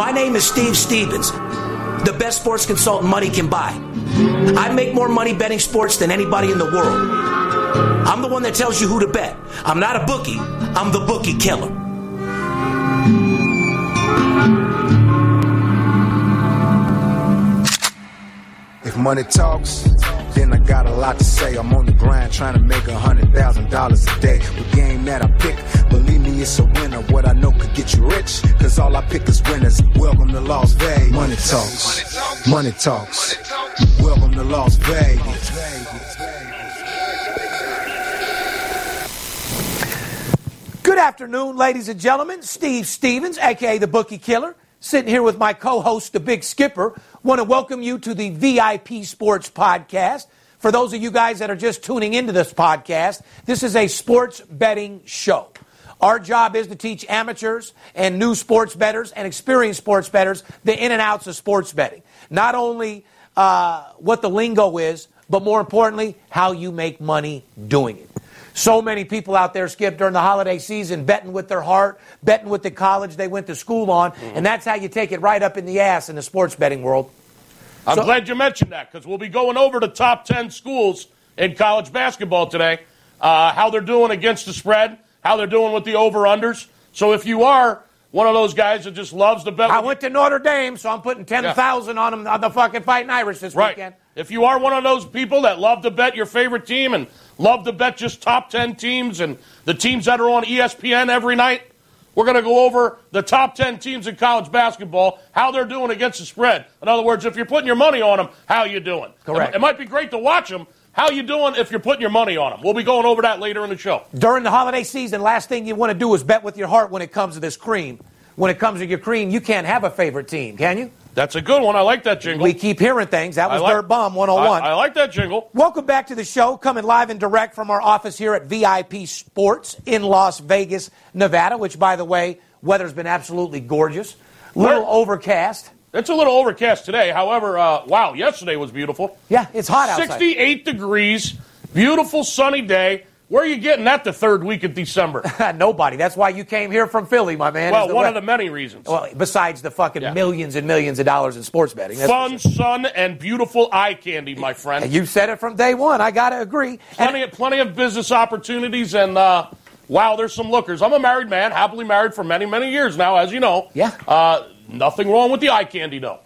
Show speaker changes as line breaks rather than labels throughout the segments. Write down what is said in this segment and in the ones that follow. My name is Steve Stevens, the best sports consultant money can buy. I make more money betting sports than anybody in the world. I'm the one that tells you who to bet. I'm not a bookie, I'm the bookie killer.
If money talks, then I got a lot to say. I'm on the grind trying to make a hundred thousand dollars a day. The game that I pick, believe me, it's a winner. What I know could get you rich, cause all I pick is winners. Welcome to Las Vegas. Money talks. Money talks. Welcome to Las Vegas.
Good afternoon, ladies and gentlemen. Steve Stevens, aka the Bookie Killer, sitting here with my co host, the Big Skipper. Want to welcome you to the VIP Sports Podcast. For those of you guys that are just tuning into this podcast, this is a sports betting show. Our job is to teach amateurs and new sports betters and experienced sports betters the in and outs of sports betting. Not only uh, what the lingo is, but more importantly, how you make money doing it. So many people out there, Skip, during the holiday season, betting with their heart, betting with the college they went to school on, and that's how you take it right up in the ass in the sports betting world.
I'm
So-
glad you mentioned that because we'll be going over the top 10 schools in college basketball today, uh, how they're doing against the spread, how they're doing with the over unders. So if you are one of those guys that just loves to bet,
I
with-
went to Notre Dame, so I'm putting 10,000 on them on the fucking Fighting Irish this
right.
weekend.
If you are one of those people that love to bet your favorite team and love to bet just top 10 teams and the teams that are on E ESPN every night, we're going to go over the top 10 teams in college basketball, how they're doing against the spread. In other words, if you're putting your money on them, how you doing?
Correct.
It, it might be great to watch them. How you doing if you're putting your money on them? We'll be going over that later in the show.
During the holiday season, last thing you want to do is bet with your heart when it comes to this cream. When it comes to your cream, you can't have a favorite team, can you?
That's a good one. I like that jingle.
We keep hearing things. That
I
was
like-
Dirt Bomb 101.
I, I like that jingle.
Welcome back to the show, coming live and direct from our office here at VIP Sports in Las Vegas, Nevada, which, by the way, weather's been absolutely gorgeous. Little
Where-
overcast.
It's a little overcast today. However, uh, wow, yesterday was beautiful.
Yeah, it's hot outside.
68 degrees, beautiful sunny day. Where are you getting that the third week of December?
Nobody. That's why you came here from Philly, my man.
well,
is the
one
wea-
of the many reasons.
Well, besides the fucking
Yeah.
millions and millions of dollars in sports betting. That's
Fun, sun, and beautiful eye candy, my friend.
And you said it from day one. I got to agree. And
plenty, of, plenty of business opportunities, and uh, wow, there's some lookers. I'm a married man, happily married for many, many years now, as you know.
Yeah.
Uh, nothing wrong with the eye candy, though.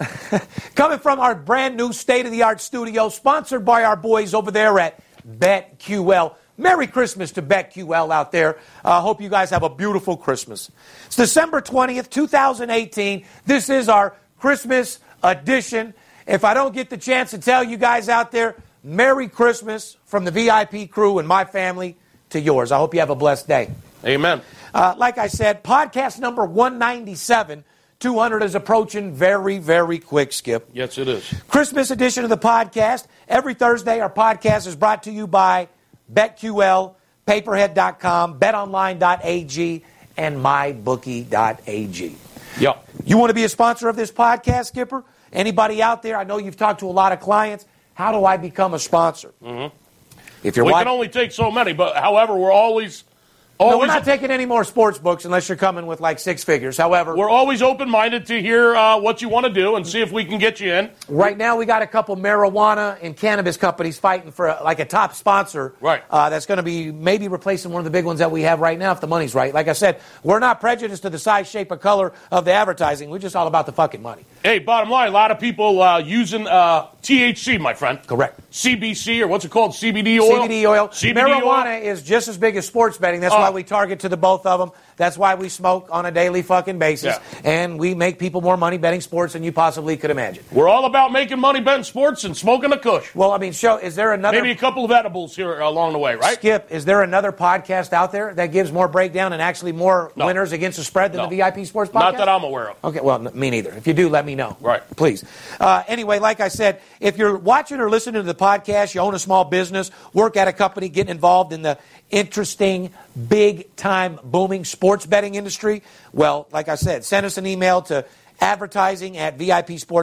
coming from our brand new state of the art studio, sponsored by our boys over there at BetQL. Merry Christmas to BetQL out there. I hope you guys have a beautiful Christmas. It's December 20th, 2018. This is our Christmas edition. If I don't get the chance to tell you guys out there, Merry Christmas from the VIP crew and my family to yours. I hope you have a blessed day.
Amen.
Uh, like I said, podcast number 197. 200 is approaching very, very quick, Skip.
Yes, it is.
Christmas edition of the podcast. Every Thursday, our podcast is brought to you by BetQL, paperhead.com, betonline.ag, and mybookie.ag.
Yep.
You want to be a sponsor of this podcast, Skipper? Anybody out there? I know you've talked to a lot of clients. How do I become a sponsor?
If you're
Mm-hmm. we
watching,
can only take so many, but however, we're always
No,
always
we're not taking any more sports books unless you're coming with like six figures. However,
we're always open minded to hear uh, what you want to do and see if we can get you in.
right now we got a couple marijuana and cannabis companies fighting for a, like a top sponsor.
Right.
Uh, that's going to be maybe replacing one of the big ones that we have right now if the money's right. Like I said, we're not prejudiced to the size, shape, or color of the advertising. We're just all about the fucking money.
Hey, bottom line, a lot of people uh, using uh, THC, my friend.
Correct.
CBC or what's it called? CBD oil.
CBD oil.
CBD
Marijuana
oil.
is just as big as sports betting. That's
Oh.
why we target to the both of them. That's why we smoke on a daily fucking basis.
Yeah.
And we make people more money betting sports than you possibly could imagine.
We're all about making money betting sports and smoking a kush.
Well, I mean, show, is there another.
Maybe a couple of edibles here uh, along the way, right?
Skip, is there another podcast out there that gives more breakdown and actually more
No.
winners against the spread than
No.
the VIP Sports Podcast?
Not that I'm aware of.
Okay, well, n- me neither. If you do, let me know.
Right.
Please. Uh, anyway, like I said, if you're watching or listening to the podcast, you own a small business, work at a company, getting involved in the interesting, big time, booming sports betting industry, well, like I said, send us an email to advertising at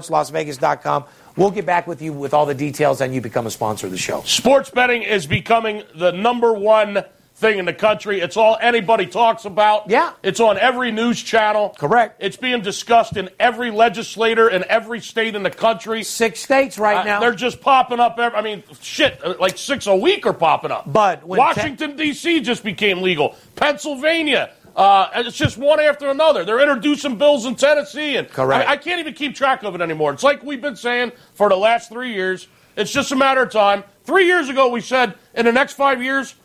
VIPSportsLasVegas.com. We'll get back with you with all the details and you become a sponsor of the show.
Sports betting is becoming the number one thing in the country. It's all anybody talks about.
Yeah.
It's on every news channel.
Correct.
It's being discussed in every legislator in every state in the country.
Six states right
Uh,
now.
They're just popping up. Every, I mean, shit, uh, like six a week are popping up.
But when
Washington D.C. just became legal. Pennsylvania. Uh, it's just one after another. They're introducing bills in Tennessee, and
Correct.
I, I can't even keep track of it anymore. It's like we've been saying for the last three years. It's just a matter of time. Three years ago, we said in the next five years,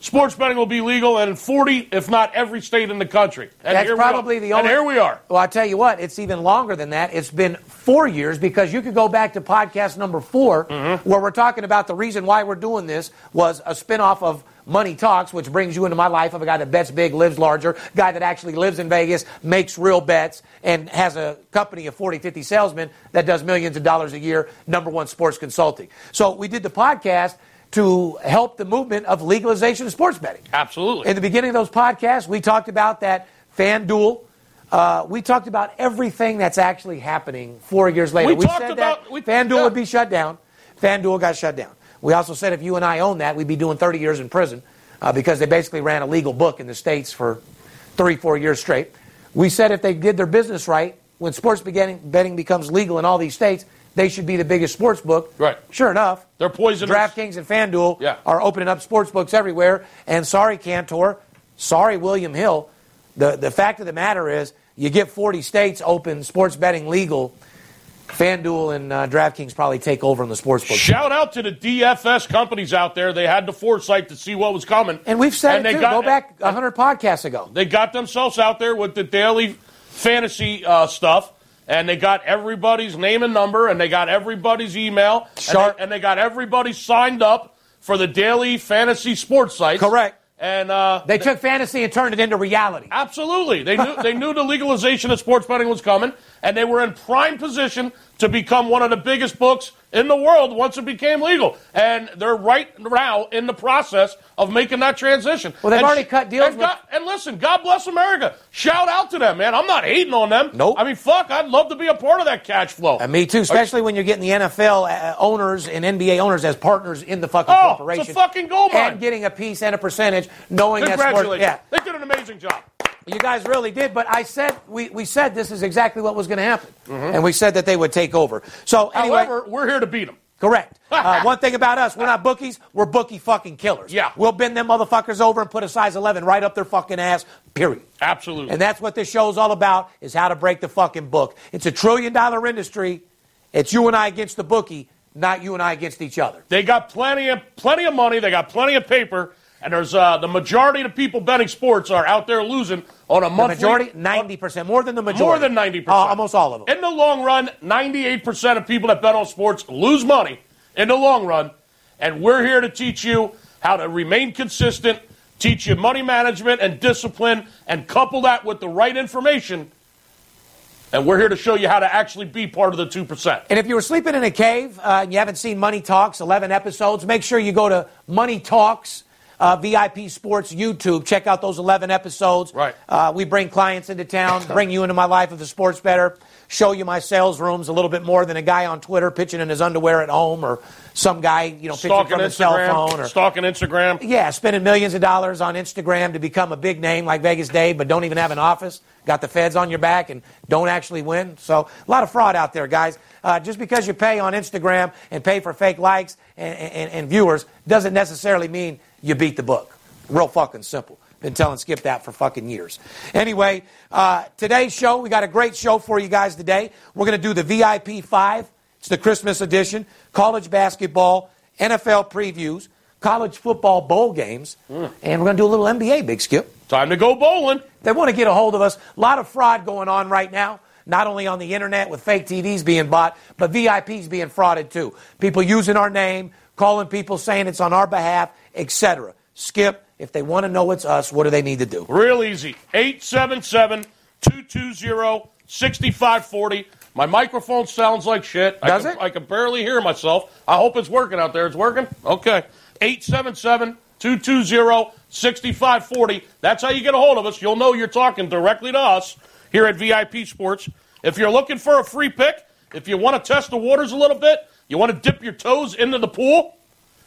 sports betting will be legal in 40, if not every state in the country. And
That's
here we are.
probably the only.
And here we are.
Well, I tell you what, it's even longer than that. It's been four years because you could go back to podcast number 4
Mm-hmm.
where we're talking about the reason why we're doing this was a spinoff of Money Talks, which brings you into my life of a guy that bets big, lives larger, guy that actually lives in Vegas, makes real bets, and has a company of 40, 50 salesmen that does millions of dollars a year, number one sports consulting. So we did the podcast to help the movement of legalization of sports betting.
Absolutely.
In the beginning of those podcasts, we talked about that FanDuel. Uh, we talked about everything that's actually happening four years later.
We talked
said
about-
that
we-
FanDuel
yeah.
would be shut down. FanDuel got shut down. We also said if you and I own that, we'd be doing 30 years in prison uh, because they basically ran a legal book in the States for three, four years straight. We said if they did their business right, when sports beginning, betting becomes legal in all these states, they should be the biggest sports book.
Right.
Sure enough,
They're poisonous.
DraftKings and FanDuel
Yeah.
are opening up sports books everywhere. And sorry, Cantor. Sorry, William Hill. The, the fact of the matter is, you get 40 states open sports betting legal. FanDuel and uh, DraftKings probably take over in the sports book.
Shout out to the DFS companies out there. They had the foresight to see what was coming.
And we've said
And
it
they
too.
got-
Go back 100 podcasts ago.
They got themselves out there with the daily fantasy uh, stuff, and they got everybody's name and number, and they got everybody's email,
Sharp.
And, they, and they got everybody signed up for the daily fantasy sports sites.
Correct.
And uh,
They took fantasy and turned it into reality.
Absolutely. They knew they knew the legalization of sports betting was coming, and they were in prime position to become one of the biggest books in the world once it became legal. And they're right now in the process of making that transition.
Well, they've
And
already
sh-
cut deals
And,
with-
God- and listen, God bless America. Shout out to them, man. I'm not hating on them.
Nope.
I mean, fuck, I'd love to be a part of that cash flow.
And me too, especially when you're getting the NFL uh, owners and NBA owners as partners in the fucking
Oh, it's a
corporation.
fucking gold mine.
And getting a piece and a percentage, knowing that sport.
Congratulations.
Yeah.
They did an amazing job.
You guys really did, but I said we, we said this is exactly what was going to happen, and we said that they would take over. So anyway,
Mm-hmm. However, we're here to beat them.
correct. Uh, one thing about us, we're not bookies. We're bookie fucking killers.
Yeah.
we'll bend them motherfuckers over and put a size eleven right up their fucking ass. Period.
Absolutely.
And that's what this show's all about: is how to break the fucking book. It's a trillion dollar industry. It's you and I against the bookie, not you and I against each other.
They got plenty of plenty of money. They got plenty of paper, and there's uh, the majority of the people betting sports are out there losing on a
The
monthly
majority, ninety percent, more than the majority,
more than ninety
Uh,
percent,
almost all of them.
In the long run, ninety-eight percent of people that bet on sports lose money in the long run, and we're here to teach you how to remain consistent, teach you money management and discipline, and couple that with the right information. And we're here to show you how to actually be part of the two percent.
And if you were sleeping in a cave uh, and you haven't seen Money Talks, 11 episodes, make sure you go to Money Talks uh, VIP Sports YouTube. Check out those 11 episodes.
Right.
Uh, we bring clients into town, bring you into my life of the sports better. show you my sales rooms a little bit more than a guy on Twitter pitching in his underwear at home or some guy, you know, pitching
Stalking
from his cell phone
Instagram.
or
Stalking Instagram.
yeah, spending millions of dollars on Instagram to become a big name like Vegas Dave, but don't even have an office, got the feds on your back, and don't actually win. So a lot of fraud out there, guys. Uh, just because you pay on Instagram and pay for fake likes and, and, and viewers doesn't necessarily mean you beat the book. Real fucking simple. Been telling Skip that for fucking years. Anyway, uh, today's show, we got a great show for you guys today. We're going to do the VIP 5. It's the Christmas edition. College basketball, NFL previews, college football bowl games, and we're going to do a little NBA, Big Skip.
Time to go bowling.
They want to get a hold of us. A lot of fraud going on right now, not only on the internet with fake TVs being bought, but VIPs being frauded too. People using our name, calling people saying it's on our behalf, etc. Skip, if they want to know it's us, what do they need to do?
Real easy. 877-220-6540. My microphone sounds like shit.
Does
I can,
it?
I can barely hear myself. I hope it's working out there. It's working? Okay. 877-220-6540. That's how you get a hold of us. You'll know you're talking directly to us here at VIP Sports. If you're looking for a free pick, if you want to test the waters a little bit, you want to dip your toes into the pool,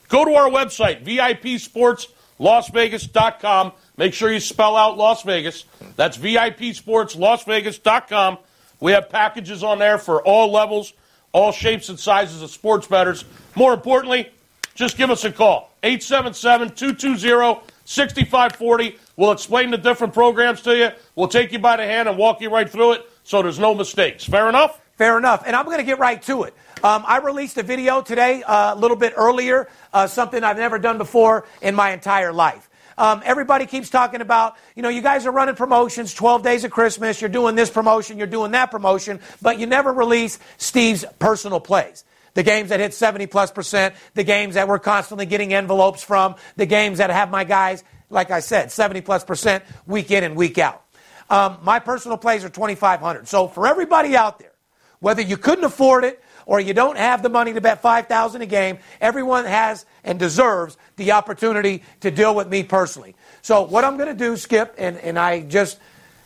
Go to our website, VIPSportsLasVegas.com. Make sure you spell out Las Vegas. That's VIPSportsLasVegas.com. We have packages on there for all levels, all shapes and sizes of sports bettors. More importantly, just give us a call, 877-220-6540. We'll explain the different programs to you. We'll take you by the hand and walk you right through it so there's no mistakes. Fair enough?
Fair enough. And I'm going to get right to it. Um, I released a video today uh, a little bit earlier, uh, something I've never done before in my entire life. Um, everybody keeps talking about, you know, you guys are running promotions, 12 days of Christmas, you're doing this promotion, you're doing that promotion, but you never release Steve's personal plays. The games that hit 70 plus percent, the games that we're constantly getting envelopes from, the games that have my guys, like I said, 70 plus percent week in and week out. Um, my personal plays are 2,500. So for everybody out there, whether you couldn't afford it or you don't have the money to bet 5000 a game everyone has and deserves the opportunity to deal with me personally so what i'm going to do skip and, and i just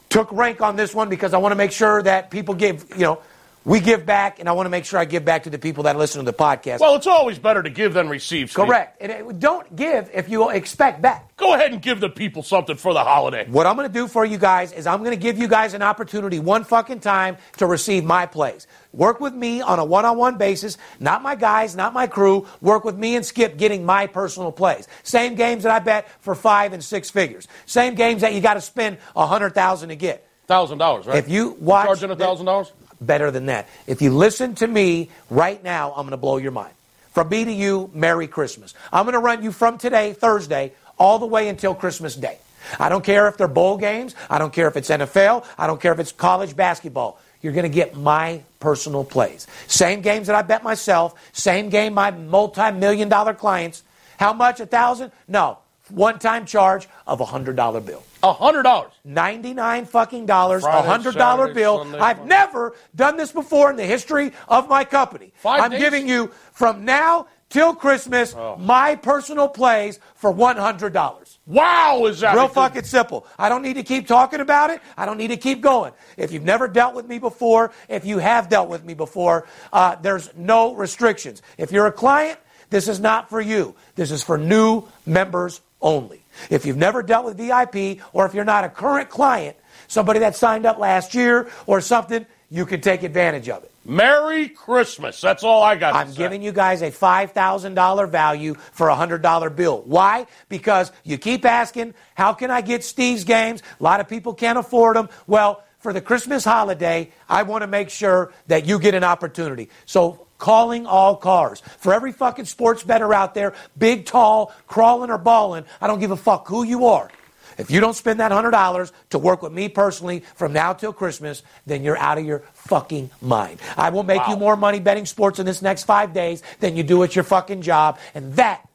took rank on this one because i want to make sure that people give you know we give back and i want to make sure i give back to the people that listen to the podcast
Well, it's always better to give than receive. Steve.
correct and it, don't give if you expect back
Go ahead and give the people something for the holiday.
What I'm going to do for you guys is I'm going to give you guys an opportunity one fucking time to receive my plays. Work with me on a one on one basis, not my guys, not my crew. Work with me and Skip getting my personal plays. Same games that I bet for five and six figures. Same games that you got to spend a 100000 to get.
$1,000, right?
If you watch.
Charging
the-
$1,000?
Better than that. If you listen to me right now, I'm going to blow your mind. From me to you, Merry Christmas. I'm going to run you from today, Thursday, all the way until Christmas Day. I don't care if they're bowl games. I don't care if it's NFL. I don't care if it's college basketball. You're going to get my personal plays. Same games that I bet myself, same game my multi million dollar clients. How much? A thousand? No. One time charge of a hundred dollar bill.
A hundred dollars.
99 fucking dollars, a
Friday,
hundred dollar
Saturday,
bill.
Sunday,
I've
Monday.
never done this before in the history of my company.
Five
I'm
days? Oh.
giving you from now till Christmas my personal plays for one hundred dollars.
Wow, is that
Real
a good-
fucking simple. I don't need to keep talking about it. I don't need to keep going. If you've never dealt with me before, if you have dealt with me before, uh, there's no restrictions. If you're a client, this is not for you. This is for new members only. If you've never dealt with VIP or if you're not a current client, somebody that signed up last year or something, you can take advantage of it.
Merry Christmas. That's all I got.
I'm giving you guys a $5,000 value for a $100 bill. Why? Because you keep asking, how can I get Steve's games? A lot of people can't afford them. Well, for the Christmas holiday, I want to make sure that you get an opportunity. So, calling all cars. For every fucking sports better out there, big, tall, crawling, or balling, I don't give a fuck who you are. If you don't spend that $100 to work with me personally from now till Christmas, then you're out of your fucking mind. I will make you more money betting sports in this next five days than you do at your fucking job, and that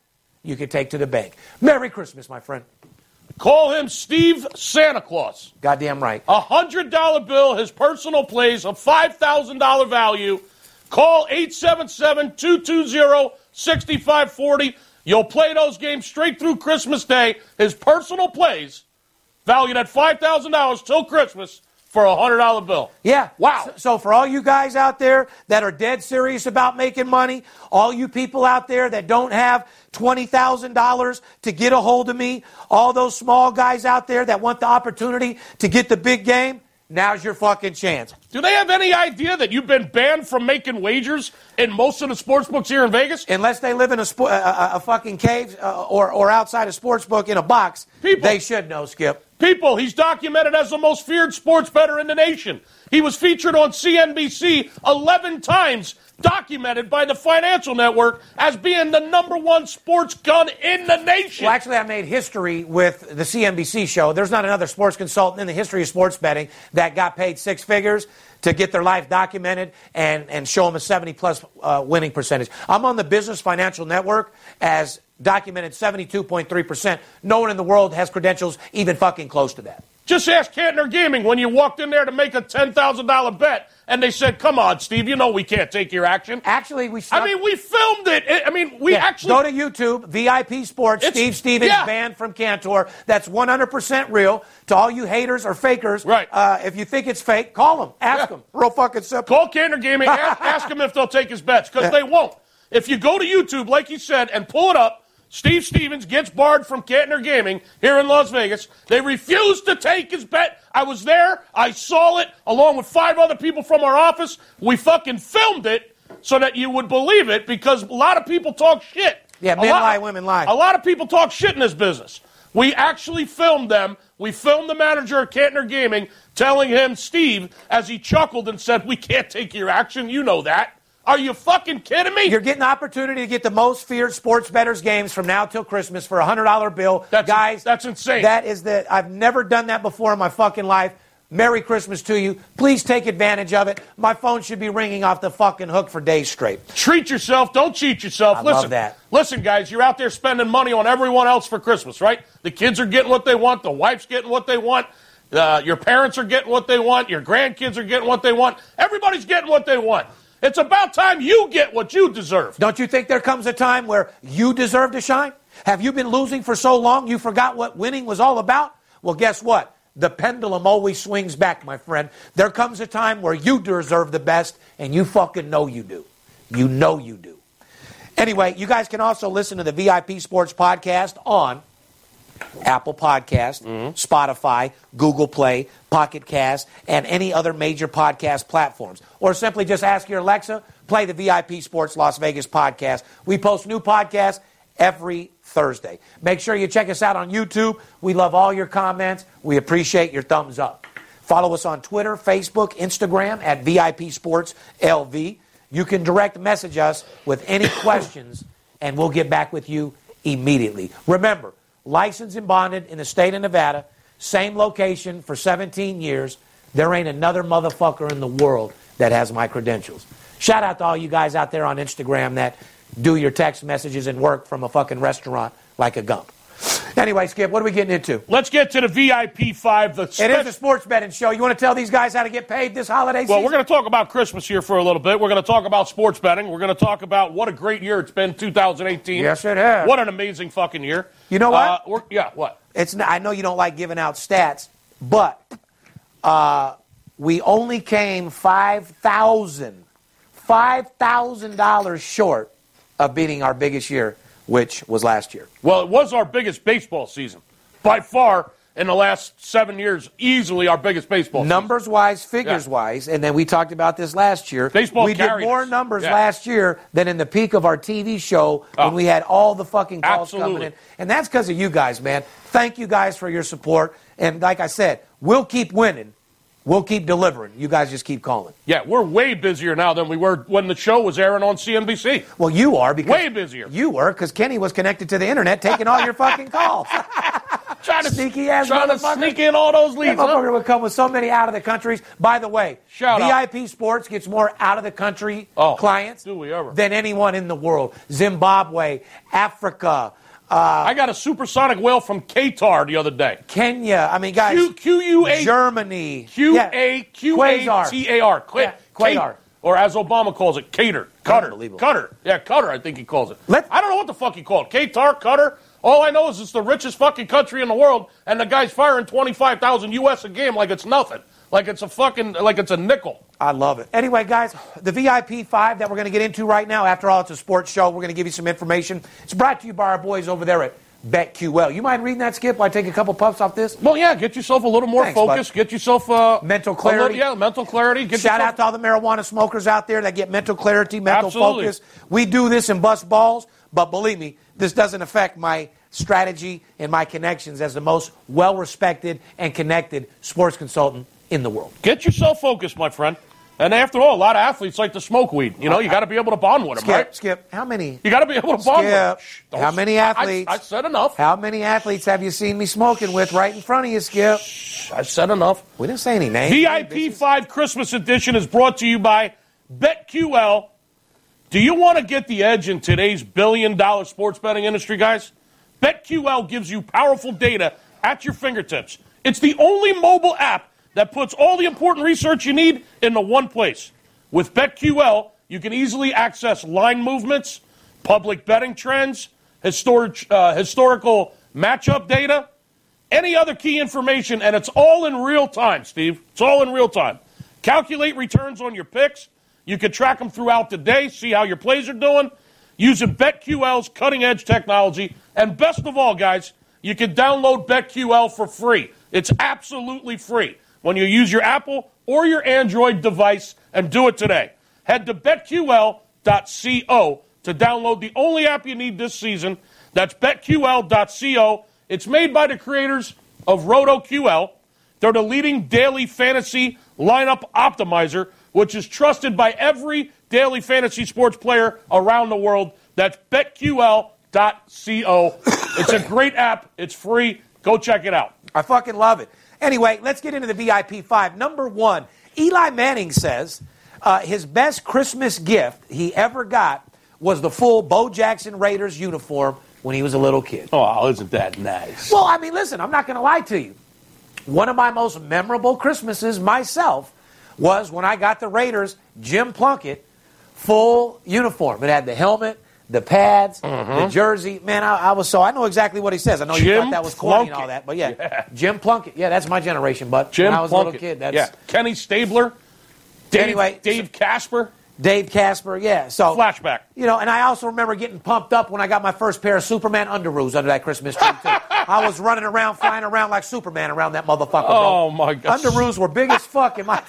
you can take to the bank. Merry Christmas, my friend.
Call him Steve Santa Claus.
Goddamn right.
A hundred dollar bill, his personal plays, a five thousand dollar value. Call 877-220-6540. You'll play those games straight through Christmas Day. His personal plays, valued at five thousand dollars till Christmas. for a hundred dollar bill.
Yeah.
Wow.
So, so for all you guys out there that are dead serious about making money, all you people out there that don't have $20,000 to get a hold of me, all those small guys out there that want the opportunity to get the big game, now's your fucking chance.
Do they have any idea that you've been banned from making wagers in most of the sports books here in Vegas?
Unless they live in a, spo- a, a, a fucking cave uh, or, or outside a sports book in a box,
People-
they should know, Skip.
People, he's documented as the most feared sports bettor in the nation. He was featured on CNBC 11 times, documented by the Financial Network as being the number one sports gun in the nation.
Well, actually, I made history with the CNBC show. There's not another sports consultant in the history of sports betting that got paid six figures to get their life documented and, and show them a 70 plus uh, winning percentage. I'm on the Business Financial Network as documented 72.3%. No one in the world has credentials even fucking close to that.
Just ask Cantner Gaming when you walked in there to make a $10,000 bet, and they said, Come on, Steve, you know we can't take your action.
Actually, we snuck-
I mean, we filmed it. I- I mean, we
Yeah,
actually.
go to YouTube, VIP Sports,
It's-
Steve Stevens
yeah.
banned from Cantor. That's 100% real. To all you haters or fakers,
Right.
uh, if you think it's fake, call them, ask
Yeah.
them. Real fucking simple.
Call Candor Gaming, ask, ask them if they'll take his bets, because they won't. If you go to YouTube, like you said, and pull it up, Steve Stevens gets barred from Cantner Gaming here in Las Vegas. They refuse to take his bet. I was there. I saw it along with five other people from our office. We fucking filmed it so that you would believe it because a lot of people talk shit.
Yeah,
A
men
lot-
lie, women lie.
A lot of people talk shit in this business. We actually filmed them. We filmed the manager of Cantner Gaming telling him, Steve, as he chuckled and said, We can't take your action. You know that. Are you fucking kidding me?
You're getting the opportunity to get the most feared sports betters games from now till Christmas for a hundred dollar bill.
That's-
Guys,
that's insane.
That is the I've never done that before in my fucking life. Merry Christmas to you. Please take advantage of it. My phone should be ringing off the fucking hook for days straight.
Treat yourself. Don't cheat yourself.
I love
listen,
that.
listen, guys, you're out there spending money on everyone else for Christmas, right? The kids are getting what they want. The wife's getting what they want. Uh, your parents are getting what they want. Your grandkids are getting what they want. Everybody's getting what they want. It's about time you get what you deserve.
Don't you think there comes a time where you deserve to shine? Have you been losing for so long you forgot what winning was all about? Well, guess what? The pendulum always swings back, my friend. There comes a time where you deserve the best, and you fucking know you do. You know you do. Anyway, you guys can also listen to the VIP Sports Podcast on Apple Podcast, Spotify, Google Play, Pocket Cast, and any other major podcast platforms. Or simply just ask your Alexa, play the VIP Sports Las Vegas podcast. We post new podcasts every Thursday. Make sure you check us out on YouTube. We love all your comments. We appreciate your thumbs up. Follow us on Twitter, Facebook, Instagram at VIP Sports LV. You can direct message us with any questions, and we'll get back with you immediately. Remember, licensed and bonded in the state of Nevada, same location for 17 years. There ain't another motherfucker in the world that has my credentials. Shout out to all you guys out there on Instagram that do your text messages and work from a fucking restaurant like a gump. Anyway, Skip, what are we getting into?
Let's get to the VIP five. The
It is a
special-
sports betting show. You want to tell these guys how to get paid this holiday season?
well, we're going to talk about Christmas here for a little bit. We're going to talk about sports betting. We're going to talk about what a great year it's been, 2018.
Yes, it has.
What an amazing fucking year.
You know
Uh,
what?
we're- yeah, what?
it's not, I know you don't like giving out stats, but uh, we only came five thousand, five thousand dollars short of beating our biggest year, which was last year.
Well, it was our biggest baseball season by far in the last seven years. Easily our biggest baseball. season.
Numbers wise, figures
Yeah.
wise, and then we talked about this last year.
Baseball
we did
carried
more
us.
numbers
Yeah.
last year than in the peak of our TV show
Oh.
when we had all the fucking calls coming
Absolutely.
in. And that's because of you guys, man. Thank you guys for your support. And like I said, we'll keep winning. We'll keep delivering. You guys just keep calling.
Yeah, we're way busier now than we were when the show was airing on CNBC.
Well, you are because
Way busier.
You were because Kenny was connected to the internet, taking all your fucking calls.
Trying to
Sneaky ass
trying to
motherfucker.
sneak in all those
That
leads. huh?
motherfucker would come with so many out of the countries. By the way,
Shout out.
VIP Sports gets more out of the country
Oh,
clients
do we ever.
than anyone in the world. Zimbabwe, Africa, uh,
I got a supersonic whale from Qatar the other day.
Kenya. I mean, guys,
Q Q U A
Germany,
Q
Yeah.
A Q A
Quasar.
T A R. Qua-
Yeah, Quasar.
Ca- Or as Obama calls it, Cater. Cutter.
Unbelievable.
Cutter. Yeah, Cutter, I think he calls it.
Let-
I don't know what the fuck he called it. Qatar, Cutter. All I know is it's the richest fucking country in the world, and the guy's firing 25,000 U.S. a game like it's nothing. like it's a fucking like it's a nickel.
I love it. Anyway, guys, the VIP five that we're going to get into right now. After all, it's a sports show. We're going to give you some information. It's brought to you by our boys over there at BetQL. You mind reading that, Skip? While I take a couple puffs off this.
Well, yeah, get yourself a little more
Thanks,
focused.
bud.
Get yourself uh,
Mental
a little-
clarity.
yeah, mental clarity. Get
Shout
yourself,
out to all the marijuana smokers out there that get mental clarity, mental
Absolutely.
focus. We do this and bust balls, but believe me, this doesn't affect my strategy and my connections as the most well respected and connected sports consultant in the world.
Get yourself focused, my friend. And after all, a lot of athletes like to smoke weed. You know, you got to be able to bond with them,
Skip,
right?
Skip, how many?
You got to be able to bond with them.
Skip, how many athletes?
I, I said enough.
How many athletes have you seen me smoking with right in front of you, Skip?
I said enough.
We didn't say any names.
VIP 5 Christmas Edition is brought to you by BetQL. Do you want to get the edge in today's billion dollar sports betting industry, guys? BetQL gives you powerful data at your fingertips. It's the only mobile app that puts all the important research you need into one place. With BetQL, you can easily access line movements, public betting trends, historic, uh, historical matchup data any other key information, and it's all in real time, Steve. It's all in real time. Calculate returns on your picks. You can track them throughout the day, see how your plays are doing, using BetQL's cutting edge technology. And best of all, guys, you can download BetQL for free. It's absolutely free when you use your Apple or your Android device and do it today. Head to betql.co to download the only app you need this season. That's betql.co. It's made by the creators of RotoQL. They're the leading daily fantasy lineup optimizer, which is trusted by every daily fantasy sports player around the world. That's betql.co. It's a great app. It's free. Go check it out.
I fucking love it. Anyway, let's get into the VIP five. Number one, Eli Manning says uh, his best Christmas gift he ever got was the full Bo Jackson Raiders uniform when he was a little kid.
Oh, isn't that nice?
Well, I mean, listen, I'm not going to lie to you. One of my most memorable Christmases myself was when I got the Raiders Jim Plunkett full uniform. It had the helmet, the pads, the jersey. Man, I, I was so I know exactly what he says. I know you
Mm-hmm. Jim
thought that was corny and all that,
Plunkett.
but yeah, Jim Plunkett. Yeah, that's my generation. But
Jim
when I was a
Plunkett.
little kid, that's
yeah. Kenny Stabler. Dave,
Anyway,
Dave Casper.
Dave Casper. Yeah, so
Flashback.
You know, and I also remember getting pumped up when I got my first pair of Superman underoos under that Christmas tree, too. I was running around, flying around like Superman around that motherfucker.
Oh
bro.
my God!
Underoos were big as fuck in my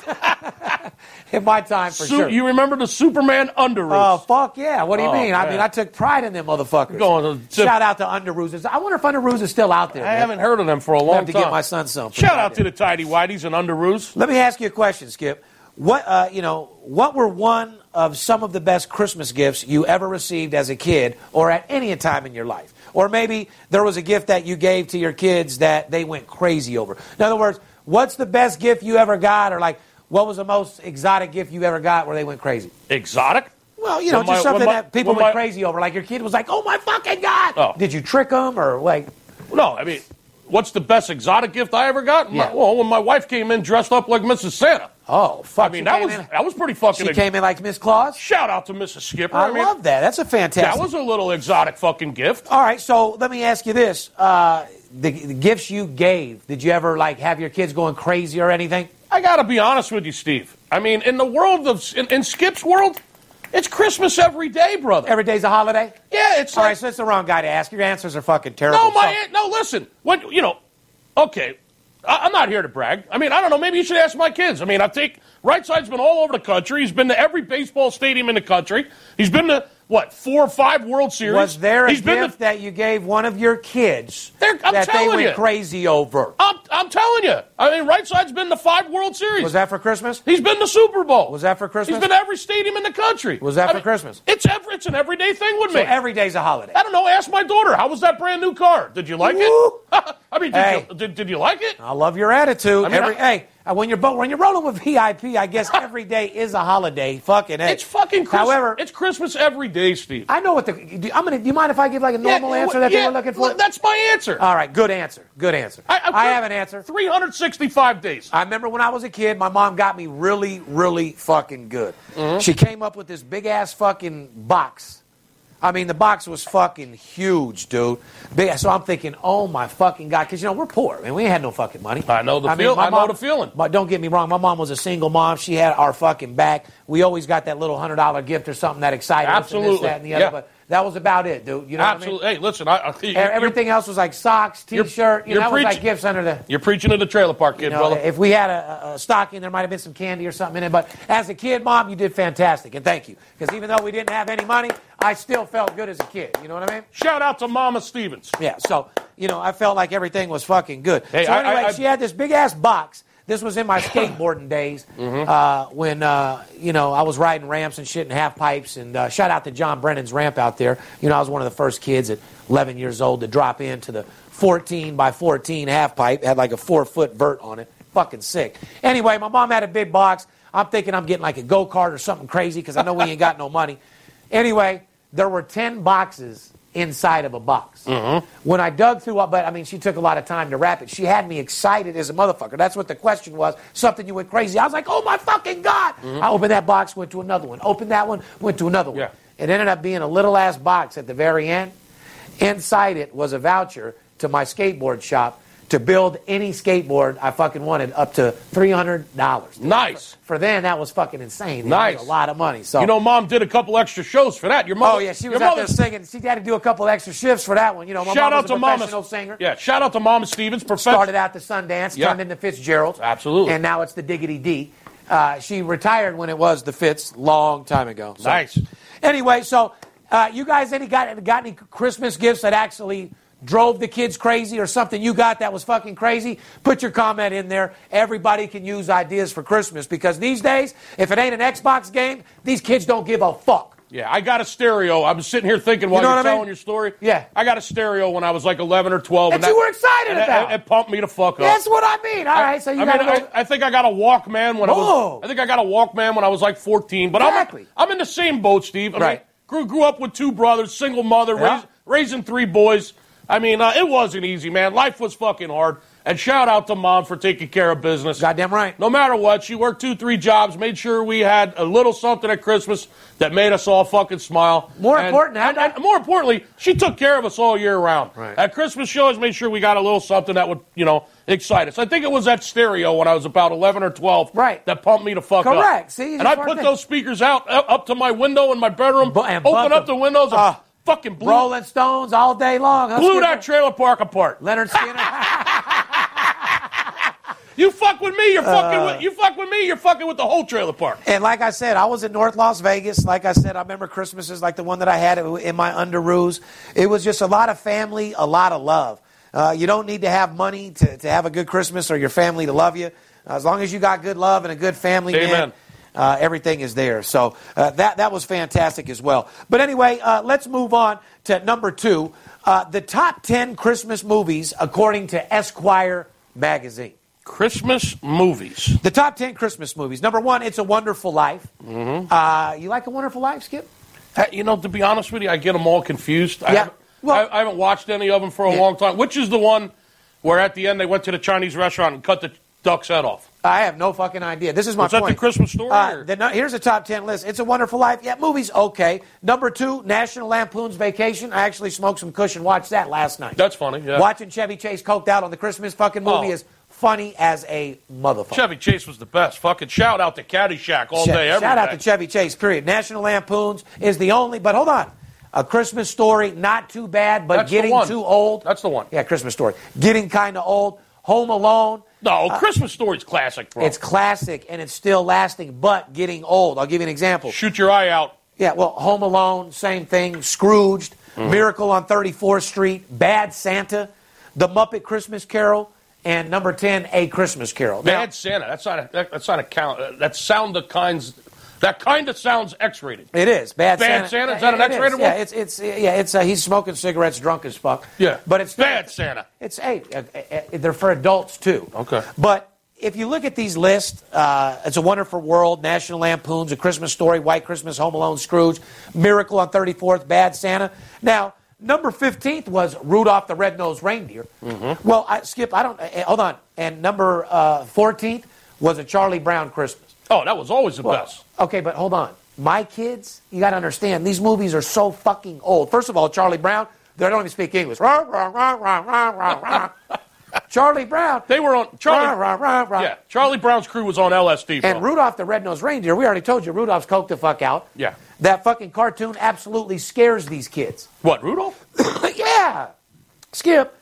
in my time for
Su-
sure.
You remember the Superman
Oh
underoos?
fuck yeah! What do you
Oh,
mean? I
man.
mean, I took pride in them motherfuckers.
Going to-
Shout out to Underoos. I wonder if Underoos is still out there.
I
man.
haven't heard of them for a
I
long
have to
time.
get my son some.
Shout out to the tidy whiteys and underoos.
Let me ask you a question, Skip. What uh, you know? What were one of some of the best Christmas gifts you ever received as a kid, or at any time in your life? Or maybe there was a gift that you gave to your kids that they went crazy over. In other words, what's the best gift you ever got, or like what was the most exotic gift you ever got where they went crazy?
Exotic.
Well, you know,
When
just
my-
something
when my-
that people
when
went
my-
crazy over. Like your kid was like, "Oh my fucking god!"
Oh.
Did you trick them or like?
No, I mean, what's the best exotic gift I ever got? My-
Yeah.
well, when my wife came in dressed up like Mrs. Santa.
Oh fuck!
I mean,
she
that
came
was
in-
that was pretty fucking.
she
ex-
came in like Miss Claus.
Shout out to Mrs. Skipper.
I,
mean,
love that. That's a fantastic.
that was a little exotic fucking gift.
All right, so let me ask you this: uh, the, the gifts you gave, did you ever like have your kids going crazy or anything?
I gotta be honest with you, Steve. I mean, in the world of in, in Skip's world, it's Christmas every day, brother.
Every day's a holiday.
yeah, it's
All
like
right, so that's the wrong guy to ask. Your answers are fucking terrible.
No, my
So-
aunt, no. Listen, when you know, okay, I, I'm not here to brag. I mean, I don't know. Maybe you should ask my kids. I mean, I take right side's been all over the country. He's been to every baseball stadium in the country. He's been to what four or five World Series.
was there a
He's been
gift
to-
that you gave one of your kids
They're- I'm
that they
telling
went
you.
crazy over?
I'm, I'm telling you. I mean, right side's been to five World Series.
Was that for Christmas?
He's been to Super Bowl.
Was that for Christmas?
He's been to every stadium in the country.
Was that
I
for Christmas?
It's every, it's an everyday thing with
So
me.
every day's a holiday.
I don't know. Ask my daughter. How was that brand new car? Did you like
Woo.
it? I mean, did,
Hey.
you, did, did you like it?
I love your attitude.
I mean,
every,
I-
hey, uh, when you're bo- when you're rolling with VIP, I guess every day is a holiday. Fucking hey.
It's fucking Christmas.
However,
it's Christmas every day, Steve.
I know what the. do- I'm gonna. Do you mind if I give like a normal
Yeah,
answer that
yeah,
people are looking for?
That's my answer.
All right, good answer. Good answer. I,
I've
have
got
an answer.
365 days.
I remember when I was a kid, my mom got me
Mm-hmm.
really, really fucking good. She came up with this big ass fucking box I mean, the box was fucking huge, dude. Big, so I'm thinking, oh my fucking god, because you know we're poor, man. We ain't had no fucking money.
I know the feel-
my
I know the feeling.
But don't get me wrong, my mom was a single mom. She had our fucking back. We always got that little hundred dollar gift or something that excited us, and
Absolutely.
this, that, and the other.
Yeah.
But that was about it, dude. You know
Absolutely.
what
Hey, listen, I, I,
I mean? E-
you're,
Everything else was like socks,
You're-
t-shirt. You know,
you're
that was like
preaching.
gifts under the.
you're preaching to the trailer park, kid,
You know,
brother.
if we had a, a- a stocking, there might have been some candy or something in it. But as a kid, mom, you did fantastic, and thank you. Because even though we didn't have any money, I still felt good as a kid. You know what I mean?
Shout out to Mama Stevens.
Yeah. So you know, I felt like everything was fucking good.
Hey,
so
I-
anyway,
I- I-
she had this big ass box. This was in my skateboarding days
Mm-hmm.
uh, when uh, you know I was riding ramps and shit and half pipes. And uh, shout out to John Brennan's ramp out there. You know, I was one of the first kids at 11 years old to drop into the 14 by 14 half pipe. Had like a four foot vert on it. Fucking sick. Anyway, my mom had a big box. I'm thinking I'm getting like a go kart or something crazy because I know we ain't got no money. Anyway, there were 10 boxes inside of a box.
Mm-hmm.
When I dug through, but I mean, she took a lot of time to wrap it. She had me excited as a motherfucker. That's what the question was. Something you went crazy. I was like, oh my fucking God. I opened that box, went to another one, opened that one, went to another one.
Mm-hmm. Yeah.
It ended up being a little ass box at the very end. Inside it was a voucher to my skateboard shop to build any skateboard I fucking wanted up to $300.
Nice.
For then, that was fucking insane. That
Nice.
was a lot of money. So
You know, Mom did a couple extra shows for that. Your mother.
Oh yeah, she
your
was out
mother-
there singing. She had to do a couple extra shifts for that one. You know, my
Shout
mom
out
was
to
a professional
Mama
singer.
Yeah, shout out to Mama Stevens. Professional.
Started out the Sundance,
Yeah.
turned into Fitzgerald.
Absolutely.
And now it's the Diggity D. Uh, she retired when it was the Fitz, long time ago. So-
Nice.
Anyway, so uh, you guys any got got any Christmas gifts that actually drove the kids crazy or something you got that was fucking crazy? Put your comment in there. Everybody can use ideas for Christmas because these days, if it ain't an Xbox game, these kids don't give a fuck.
Yeah, I got a stereo. I'm sitting here thinking while
know
you are
what I mean?
telling your story.
Yeah.
I got a stereo when I was like 11 or 12.
That you were excited
and that-
about.
It, pumped me to fuck up.
That's what I mean. All right, so you
I,
got
mean,
to go.
I, I think I got a Walkman when I
Whoa.
was. I think I got a Walkman when I was like 14. But
Exactly.
I'm I'm in the same boat, Steve. I
Right.
Mean, grew grew up with two brothers, single mother,
Yeah.
rais- raising three boys. I mean, uh, it wasn't easy, man. Life was fucking hard. And shout out to mom for taking care of business.
Goddamn right.
No matter what, she worked two, three jobs, made sure we had a little something at Christmas that made us all fucking smile.
More
And-
important, how
and-
about-
and more importantly, she took care of us all year round.
Right.
At Christmas, she always made sure we got a little something that would, you know, excite us. I think it was that stereo when I was about 11 or 12
Right.
that pumped me to fuck up.
Correct. See,
and I
that's
put
what I
those speakers out uh, up to my window in my bedroom,
Bu- and
open
bumped
up the
them.
windows, and
Ah.
fucking blew,
Rolling Stones all day long. Huh,
blew
Skipper?
that trailer park apart.
Leonard Skinner.
You fuck with me, you're
Uh.
fucking with, you fuck with me, you're fucking with the whole trailer park.
and like I said, I was in North Las Vegas. Like I said, I remember Christmases like the one that I had in my underoos. It was just a lot of family, a lot of love. Uh, you don't need to have money to, to have a good Christmas or your family to love you. Uh, As long as you got good love and a good family, man,
Amen.
uh, everything is there. So uh, that that was fantastic as well. But anyway, uh, let's move on to number two, uh, the top ten Christmas movies according to Esquire magazine.
Christmas movies.
The top 10 Christmas movies. Number one, It's a Wonderful Life.
Mm-hmm.
Uh, you like A Wonderful Life, Skip?
Uh, You know, to be honest with you, I get them all confused. I
Yeah.
haven't,
Well-
I, I haven't watched any of them for a
Yeah.
long time. Which is the one where at the end they went to the Chinese restaurant and cut the duck's head off?
I have no fucking idea. This is my
Was that the
point.
Christmas story,
Uh,
or-
the, no, here's a top 10 list It's a Wonderful Life. Yeah, movies, okay. Number two, National Lampoon's Vacation. I actually smoked some kush and watched that last night.
That's funny. Yeah.
Watching Chevy Chase coked out on the Christmas fucking movie
Oh.
is funny as a motherfucker.
Chevy Chase was the best. Fucking shout out to Caddyshack all
Che-
day, every
Shout out
day.
to Chevy Chase, period. National Lampoon's is the only, but hold on. A Christmas story, not too bad, but
That's the
getting
one.
too old.
That's the one.
Yeah, Christmas story. Getting kind of old. Home Alone.
No, Christmas Story's classic, bro.
Uh, It's classic and it's still lasting, but getting old. I'll give you an example.
Shoot your eye out.
Yeah, well, Home Alone, same thing. Scrooged, Miracle on 34th Street, Bad Santa, The Muppet Christmas Carol, and number 10, A Christmas Carol. Now-
Bad Santa. That's not a, that, that's not a count. Uh, that sound the kinds. That kind of sounds X-rated.
It is bad.
Bad Santa? Is that an
It
X-rated
Yeah,
one?
it's it's yeah, it's uh, he's smoking cigarettes, drunk as fuck.
Yeah.
but it's
Bad Santa.
It's hey, uh, uh, they're for adults too.
Okay.
but. If you look at these lists, uh, It's a Wonderful World, National Lampoon's, A Christmas Story, White Christmas, Home Alone, Scrooge, Miracle on 34th, Bad Santa. Now, number 15th was Rudolph the Red-Nosed Reindeer.
Mm-hmm.
Well, I, Skip, I don't, uh, hold on. And number uh, 14th was A Charlie Brown Christmas.
Oh, that was always the
Well,
best.
Okay, but hold on. My kids, you got to understand, these movies are so fucking old. First of all, Charlie Brown, they don't even speak English. Rah, rah, rah, rah, rah, rah, rah. Charlie Brown.
They were on Charlie.
Rah, rah, rah, rah.
Yeah, Charlie Brown's crew was on LSD. Bro.
And Rudolph the Red-Nosed Reindeer, we already told you, Rudolph's coked the fuck out.
Yeah.
That fucking cartoon absolutely scares these kids.
what Rudolph?
yeah. Skip,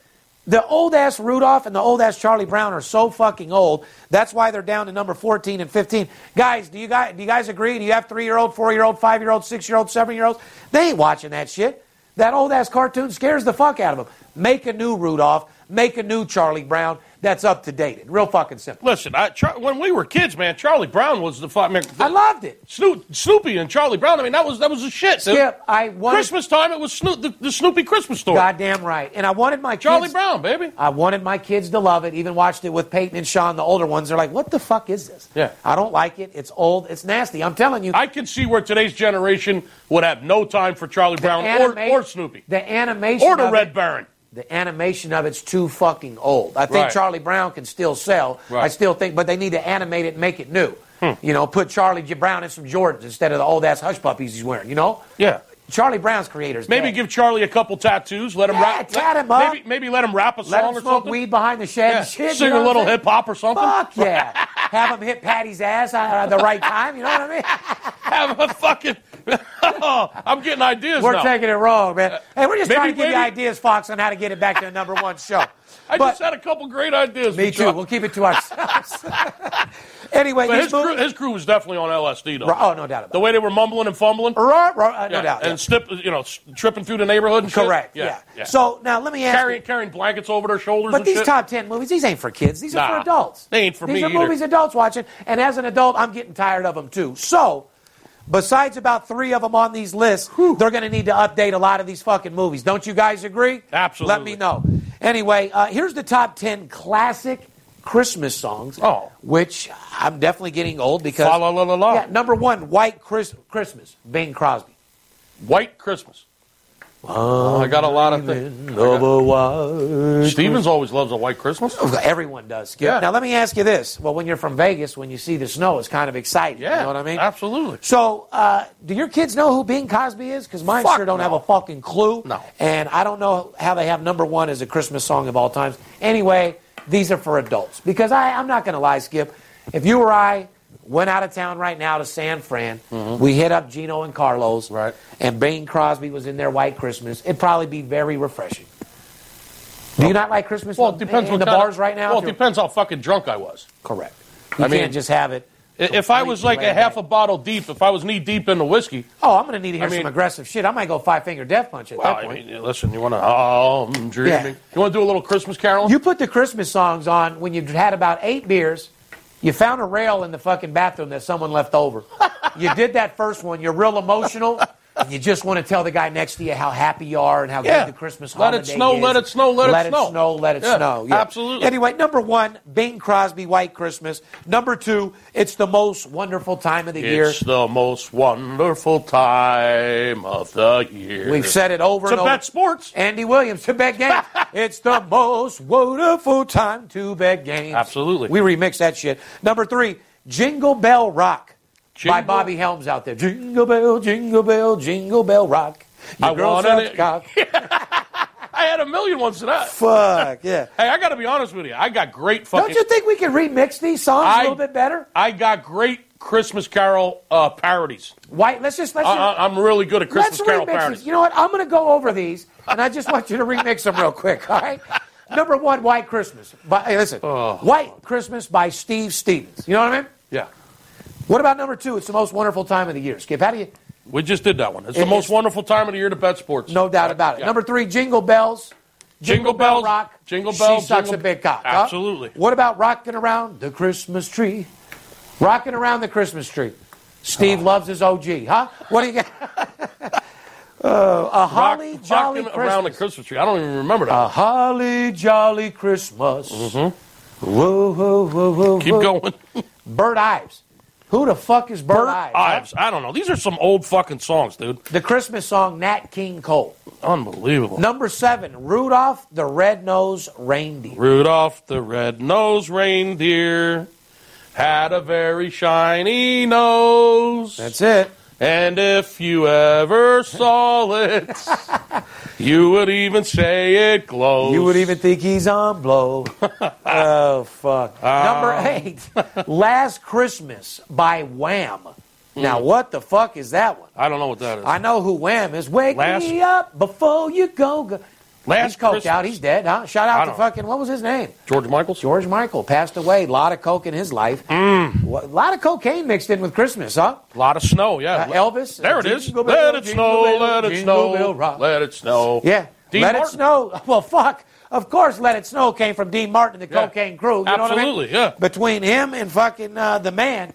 the old ass Rudolph and the old ass Charlie Brown are so fucking old. That's why they're down to number 14 and 15. Guys, do you guys, do you guys agree? Do you have three year old, four year old, five year old, six year old, seven year olds? They ain't watching that shit. That old ass cartoon scares the fuck out of them. Make a new Rudolph, make a new Charlie Brown that's up to date. Real fucking simple.
Listen, I, Char- when we were kids, man, Charlie Brown was the fuck. I mean,
I loved it.
Snoop, Snoopy and Charlie Brown. I mean, that was that was the shit. dude.
Skip, I wanted.
Christmas time, it was Snoop, the, the Snoopy Christmas story.
Goddamn right. And I wanted my
Charlie
kids-
Brown, baby.
I wanted my kids to love it. Even watched it with Peyton and Sean, the older ones. They're like, "What the fuck is this?
Yeah.
I don't like it. It's old. It's nasty. I'm telling you."
I can see where today's generation would have no time for Charlie Brown or,
anima-
or Snoopy
The animation
or the
of
Red
it,
Baron.
The animation of it's too fucking old. I think
Right.
Charlie Brown can still sell.
Right. Hmm.
I still think, but they need to animate it and make it new. You know, put Charlie J. Brown in some Jordans instead of the old ass hush puppies he's wearing. You know,
Yeah.
Charlie Brown's creators.
Maybe
dead.
give Charlie a couple tattoos. Let him
Yeah,
rap.
tat
let-
him up.
Maybe maybe let him rap a
let
song
him
or
smoke
something.
weed behind the shed.
Yeah.
And shit, you
Sing
know what
a
I'm
little
saying?
hip hop or something.
Fuck yeah. Have him hit Patty's ass uh, at the right time. You know what I mean?
Have a fucking. oh, I'm getting ideas
We're
now.
taking it wrong, man. Hey, we're just
Maybe-
trying to give you
maybe-
ideas, Fox, on how to get it back to the number one show.
I
But-
just had a couple great ideas.
me
for
too.
Charlie.
We'll keep it to ourselves. anyway,
But
these
his, crew,
movies-
his crew was definitely on LSD, though.
Oh, no doubt about
The way they were mumbling and fumbling.
Roar, roar, uh, no
Yeah,
doubt. yeah.
And snip, you know, s- tripping through the neighborhood and shit.
Correct. Yeah. So now let me ask
carrying
you.
carrying blankets over their shoulders.
But
and
these
shit.
top ten movies, these ain't for kids. These are
Nah,
for adults.
they ain't for
these
me
are
either.
movies adults watching, and as an adult, I'm getting tired of them too. So, besides about three of them on these lists, they're going to need to update a lot of these fucking movies. Don't you guys agree?
Absolutely.
Let me know. Anyway, uh, here's the top ten classic Christmas songs.
Oh.
which I'm definitely getting old because.
Fa la la la la.
Yeah, number one, White Chris- Christmas, Bing Crosby.
White Christmas. Oh, I got a lot of things. Stevens always loves a white Christmas.
Everyone does. Skip.
Yeah.
Now let me ask you this. Well, when you're from Vegas, when you see the snow, it's kind of exciting.
Yeah,
You know what I mean?
absolutely.
So, uh, do your kids know who Bing Cosby is? Because mine
Fuck
sure don't
no.
have a fucking clue.
No.
And I don't know how they have number one as a Christmas song of all times. Anyway, these are for adults. Because I, I'm not going to lie, Skip. If you or I went out of town right now to San Fran, we hit up Gino and Carlos,
Mm-hmm. Right.
and Bing Crosby was in their White Christmas, it'd probably be very refreshing. Do you not like Christmas?
Well, it depends
in
what
the
kind of-
bars right now.
Well,
If
it
you're-
depends how fucking drunk I was.
Correct. You
I mean-
can't just have it.
I- If I was like
Completely
a half a
laid
bottle deep, if I was knee deep in the whiskey,
Oh, I'm going to need to hear
I mean-
some aggressive shit. I might go five finger death punch at
well,
that
I
point.
mean, listen, you want to? Oh, I'm dreaming.
Yeah.
You want to do a little Christmas carol?
you put the Christmas songs on when you've had about eight beers. You found a rail in the fucking bathroom that someone left over. you did that first one. You're real emotional, and you just want to tell the guy next to you how happy you are and how
Yeah.
good the Christmas
Let it
holiday
snow,
is.
let it snow, let it
Let
snow.
it snow. Let it
Yeah,
snow.
absolutely.
Anyway, number one, Bing Crosby, White Christmas. Number two, it's the most wonderful time of the year.
It's the most wonderful time of the year.
We've said it over
to
and over.
bet sports.
Andy Williams to bet games. it's the most wonderful time to bet games.
Absolutely.
We remix that shit. Number three, Jingle Bell Rock by
Jingle-
Bobby Helms out there. Jingle bell, jingle bell, jingle bell rock. Your
I
girl
want
sucks
it.
cock.
I had a million ones to that.
Fuck, yeah.
Hey, I got to be honest with you. I got great fucking.
Don't you think we could remix these songs a
I-
little bit better?
I got great Christmas Carol uh, parodies.
White, let's just, let's
I,
just-
I, I'm really good at Uh-uh. Christmas
Let's
Carol
remix
parodies.
these. You know what? I'm going to go over these, and I just want you to remix them real quick. All right. Number one, White Christmas. By, hey, listen,
Oh.
White Christmas by Steve Stevens. You know what I mean?
yeah,
What about number two? It's the most wonderful time of the year. Skip, how do you?
we just did that one. It's
It
the most
is-
wonderful time of the year to bet sports.
No doubt about it.
Yeah.
Number three, Jingle Bells.
Jingle Bells,
rock.
Jingle
She
Bells,
sucks
Jingle-
a big cock. huh?
Absolutely.
What about rocking around the Christmas tree? Rocking around the Christmas tree. Steve
Oh.
loves his OG, huh? What do you got? Uh, a
Rock-
holly
rock
jolly
him
Christmas. Uh,
around the Christmas tree. I don't even remember that.
A holly jolly Christmas. Whoa, whoa, whoa, whoa,
Mm-hmm. Keep
whoa.
going.
Bert Ives. Who the fuck is Bert,
Bert
Ives?
Ives. I don't know. These are some old fucking songs, dude.
The Christmas song Nat King Cole.
Unbelievable.
Number seven, Rudolph the Red-Nosed Reindeer.
Rudolph the red-nosed reindeer had a very shiny nose.
That's it.
And if you ever saw it, you would even say it glows.
You would even think he's on blow. oh, fuck.
Um.
Number eight, Last Christmas by Wham.
Hmm.
Now, what the fuck is that one?
I don't know what that is.
I know who Wham is. Wake
Last-
me up before you go. go.
Last
he's coked
Christmas.
out. He's dead. Huh? Shout out
I
to
don't-
fucking, what was his name?
George Michael's.
George Michael passed away. A lot of coke in his life.
Mm.
Wha- A lot of cocaine mixed in with Christmas, huh?
A lot of snow, yeah.
Uh, Elvis,
There
uh,
it is.
Jingle
Let
Bell,
it
Jingle Bell,
snow, let it
Jingle Bell
snow,
Rock.
let it snow.
Yeah.
Dean
Let
Martin.
It Snow. Well, fuck. Of course, Let It Snow came from Dean Martin, the
Yeah.
cocaine crew. You know what I mean?
Absolutely, yeah.
Between him and fucking uh, the man,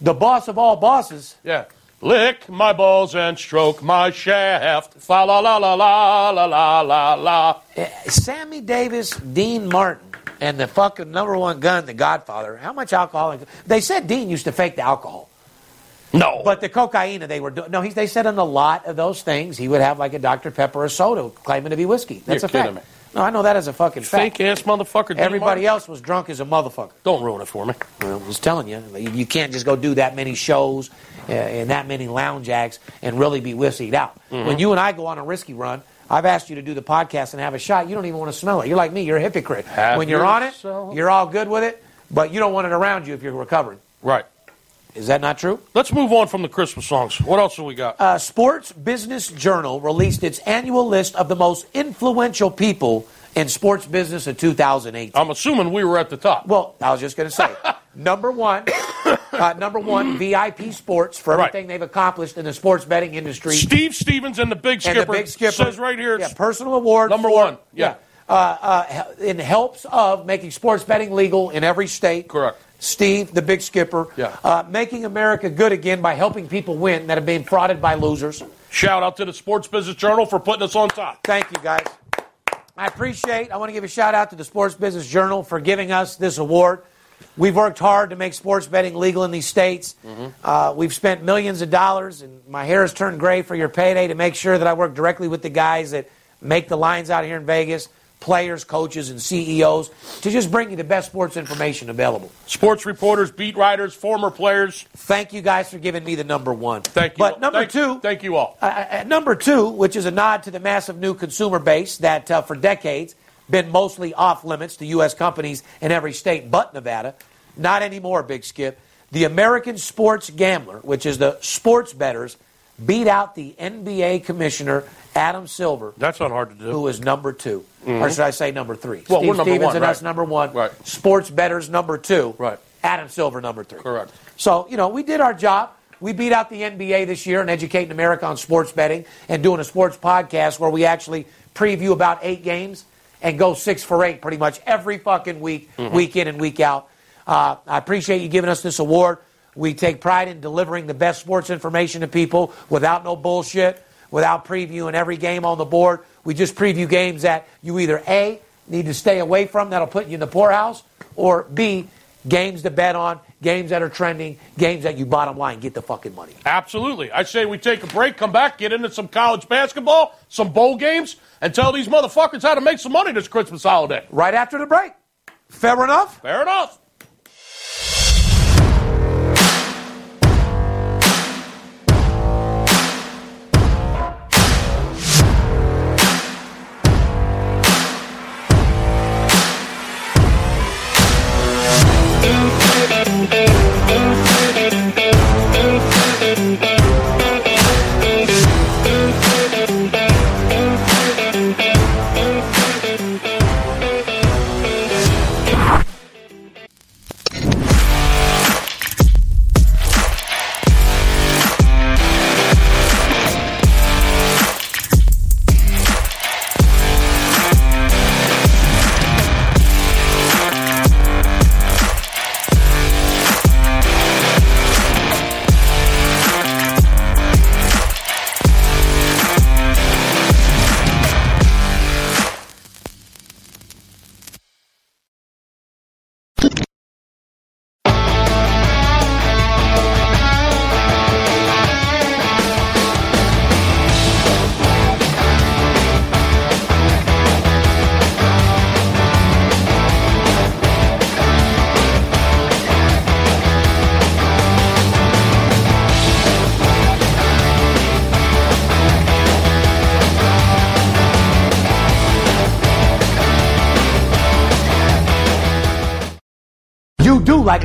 the boss of all bosses.
Yeah. Lick my balls and stroke my shaft. Fa la la la la la la la la.
eh, Sammy Davis, Dean Martin, and the fucking number one gun, The Godfather. How much alcohol? They said Dean used to fake the alcohol,
No.
but the cocaine they were doing. No, he, they said on a lot of those things he would have like a Dr Pepper or soda, claiming to be whiskey. That's
You're
a fact.
kidding me.
No, I know that as a fucking
fake
fact.
ass motherfucker. Dean
Everybody
Martin.
else was drunk as a motherfucker.
Don't ruin it for me.
Well, I'm just telling you, you you can't just go do that many shows uh, and that many lounge acts and really be whiskeyed out. When you and I go on a risky run, I've asked you to do the podcast and have a shot. You don't even want to smell it. You're like me. You're a hypocrite.
Have
when you're on it,
yourself-
you're all good with it, but you don't want it around you if you're recovering.
Right.
Is that not true?
Let's move on from the Christmas songs. What else have we got?
Uh, Sports Business Journal released its annual list of the most influential people in sports business of 2018.
I'm assuming we were at the top.
Well, I was just going to say, number one, uh, number one, VIP Sports for
Right.
everything they've accomplished in the sports betting industry.
Steve Stevens and the Big
and
Skipper,
the big skipper
says right here,
yeah, personal award
number
for-
one. Yeah.
Uh, uh, he- in helps of making sports betting legal in every state.
Correct.
Steve, the big skipper,
Yeah.
uh, making America good again by helping people win that have been frauded by losers.
shout out to the Sports Business Journal for putting us on top.
Thank you, guys. I appreciate. I want to give a shout out to the Sports Business Journal for giving us this award. We've worked hard to make sports betting legal in these states. Uh, we've spent millions of dollars, and my hair has turned gray for your payday to make sure that I work directly with the guys that make the lines out here in Vegas, players, coaches, and CEOs, to just bring you the best sports information available.
Sports reporters, beat writers, former players.
Thank you guys for giving me the number one.
Thank you.
But number
Thank-
two,
Thank you all.
uh, at number two, which is a nod to the massive new consumer base that uh, for decades been mostly off limits to U.S. companies in every state but Nevada. Not anymore, Big Skip. The American Sports Gambler, which is the sports betters, beat out the NBA commissioner, Adam Silver,
That's not hard to do.
who is number 2 Or should I say number three?
Mm-hmm. Well,
Steve
we're number
Stevens
one,
and
right.
us number one.
Right.
Sports betters number two.
Right.
Adam Silver number three.
Correct.
So, you know, we did our job. We beat out the NBA this year in educating America on sports betting and doing a sports podcast where we actually preview about eight games and go six for eight pretty much every fucking week, week in and week out. Uh, I appreciate you giving us this award. We take pride in delivering the best sports information to people without no bullshit, without previewing every game on the board. We just preview games that you either A, need to stay away from, that'll put you in the poorhouse, or B, games to bet on, games that are trending, games that you bottom line get the fucking money.
Absolutely. I say we take a break, come back, get into some college basketball, some bowl games, and tell these motherfuckers how to make some money this Christmas holiday.
Right after the break. Fair enough?
Fair enough.
do like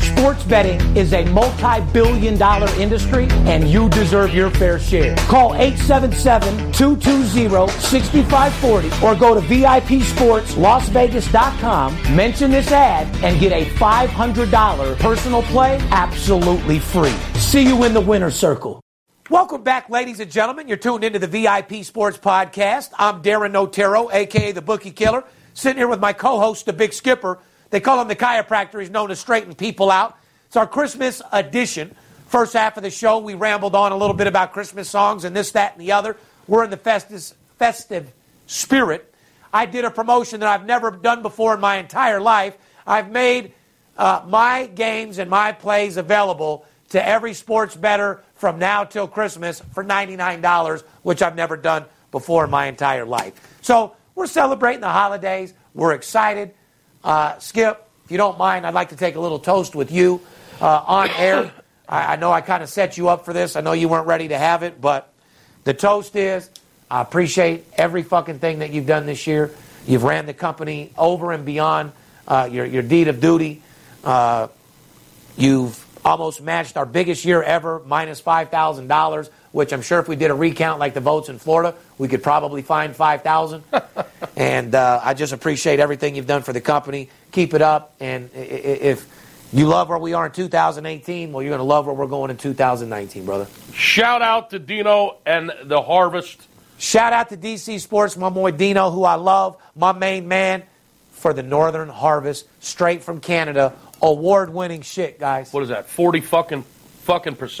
sports betting is a multi billion dollar industry and you deserve your fair share. Call 877 220 6540 or go to VIPSportsLasVegas.com, mention this ad, and get a $500 personal play absolutely free. See you in the winner's circle. Welcome back, ladies and gentlemen. You're tuned into the VIP Sports Podcast. I'm Darren Otero, aka the Bookie Killer, sitting here with my co-host, the Big Skipper. They call him the chiropractor. He's known to straighten people out. It's our Christmas edition. First half of the show, we rambled on a little bit about Christmas songs and this, that, and the other. We're in the festive, festive spirit. I did a promotion that I've never done before in my entire life. I've made uh, my games and my plays available to every sports better from now till Christmas for $99, which I've never done before in my entire life. So we're celebrating the holidays. We're excited. Uh, Skip, if you don't mind, I'd like to take a little toast with you uh, on air. I, I know I kind of set you up for this. I know you weren't ready to have it, but the toast is I appreciate every fucking thing that you've done this year. You've ran the company over and beyond uh, your, your deed of duty. Uh, you've almost matched our biggest year ever, minus $5,000, which I'm sure if we did a recount like the votes in Florida, we could probably find 5,000. and uh, I just appreciate everything you've done for the company. Keep it up. And i- i- if you love where we are in 2018, well, you're going to love where we're going in 2019, brother.
Shout out to Dino and the Harvest.
Shout out to DC Sports, my boy Dino, who I love, my main man for the Northern Harvest, straight from Canada. Award winning shit, guys.
What is that? Forty fucking fucking percent.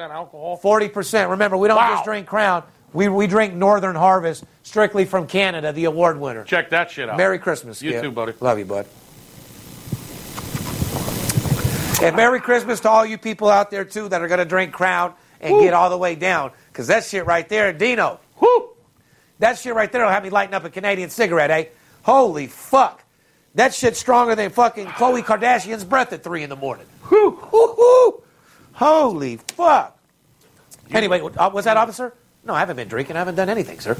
Alcohol.
40%. Remember, we don't
Wow.
just drink Crown, we, we drink Northern Harvest, strictly from Canada, the award winner.
Check that shit out.
Merry Christmas,
You
Skip.
too, buddy.
Love you, bud. And Merry Christmas to all you people out there, too, that are going to drink Crown and get all the way down. Because that shit right there, Dino,
Whew.
that shit right there will have me lighting up a Canadian cigarette, eh? Holy fuck. That shit's stronger than fucking Khloe Kardashian's breath at 3 in the morning. Whew, whew, whew. Holy fuck. Anyway, uh, was that officer? No, I haven't been drinking. I haven't done anything, sir.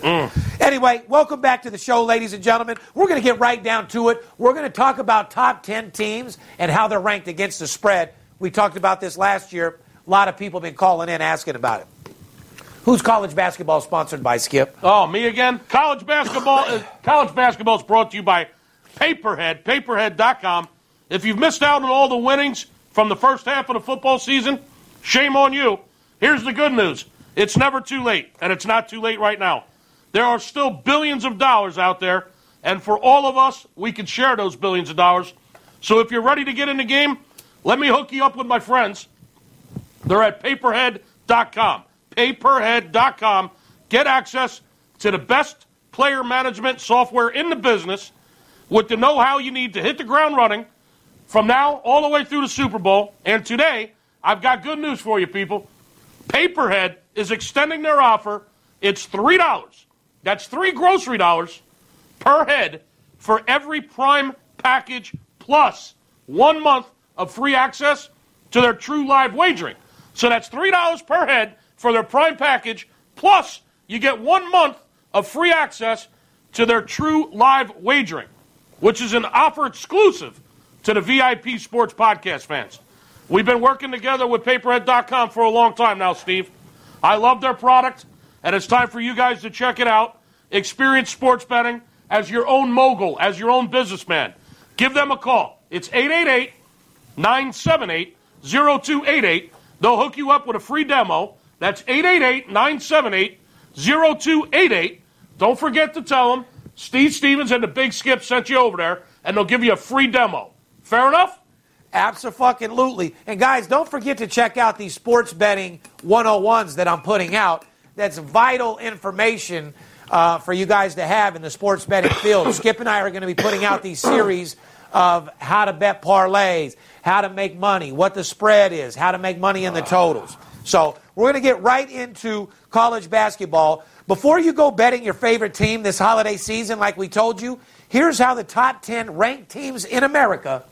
Anyway, welcome back to the show, ladies and gentlemen. We're going to get right down to it. We're going to talk about top 10 teams and how they're ranked against the spread. We talked about this last year. A lot of people have been calling in asking about it. Who's college basketball sponsored by Skip?
Oh, me again? College basketball. uh, college basketball is brought to you by Paperhead, paperhead.com. If you've missed out on all the winnings from the first half of the football season, shame on you. Here's the good news it's never too late, and it's not too late right now. There are still billions of dollars out there, and for all of us, we can share those billions of dollars. So if you're ready to get in the game, let me hook you up with my friends. They're at paperhead.com. Paperhead.com. Get access to the best player management software in the business with the know how you need to hit the ground running from now all the way through the Super Bowl. And today, I've got good news for you, people. Paperhead is extending their offer. It's $3. That's three grocery dollars per head for every Prime package plus one month of free access to their true live wagering. So that's $3 per head for their Prime package plus you get one month of free access to their true live wagering, which is an offer exclusive to the VIP Sports Podcast fans. We've been working together with paperhead.com for a long time now, Steve. I love their product, and it's time for you guys to check it out. Experience sports betting as your own mogul, as your own businessman. Give them a call. It's 888 978 0288. They'll hook you up with a free demo. That's 888 978 0288. Don't forget to tell them Steve Stevens and the Big Skip sent you over there, and they'll give you a free demo. Fair enough?
Absolutely. And guys, don't forget to check out these sports betting 101s that I'm putting out. That's vital information uh, for you guys to have in the sports betting field. Skip and I are going to be putting out these series of how to bet parlays, how to make money, what the spread is, how to make money in the totals. So we're going to get right into college basketball. Before you go betting your favorite team this holiday season, like we told you, here's how the top 10 ranked teams in America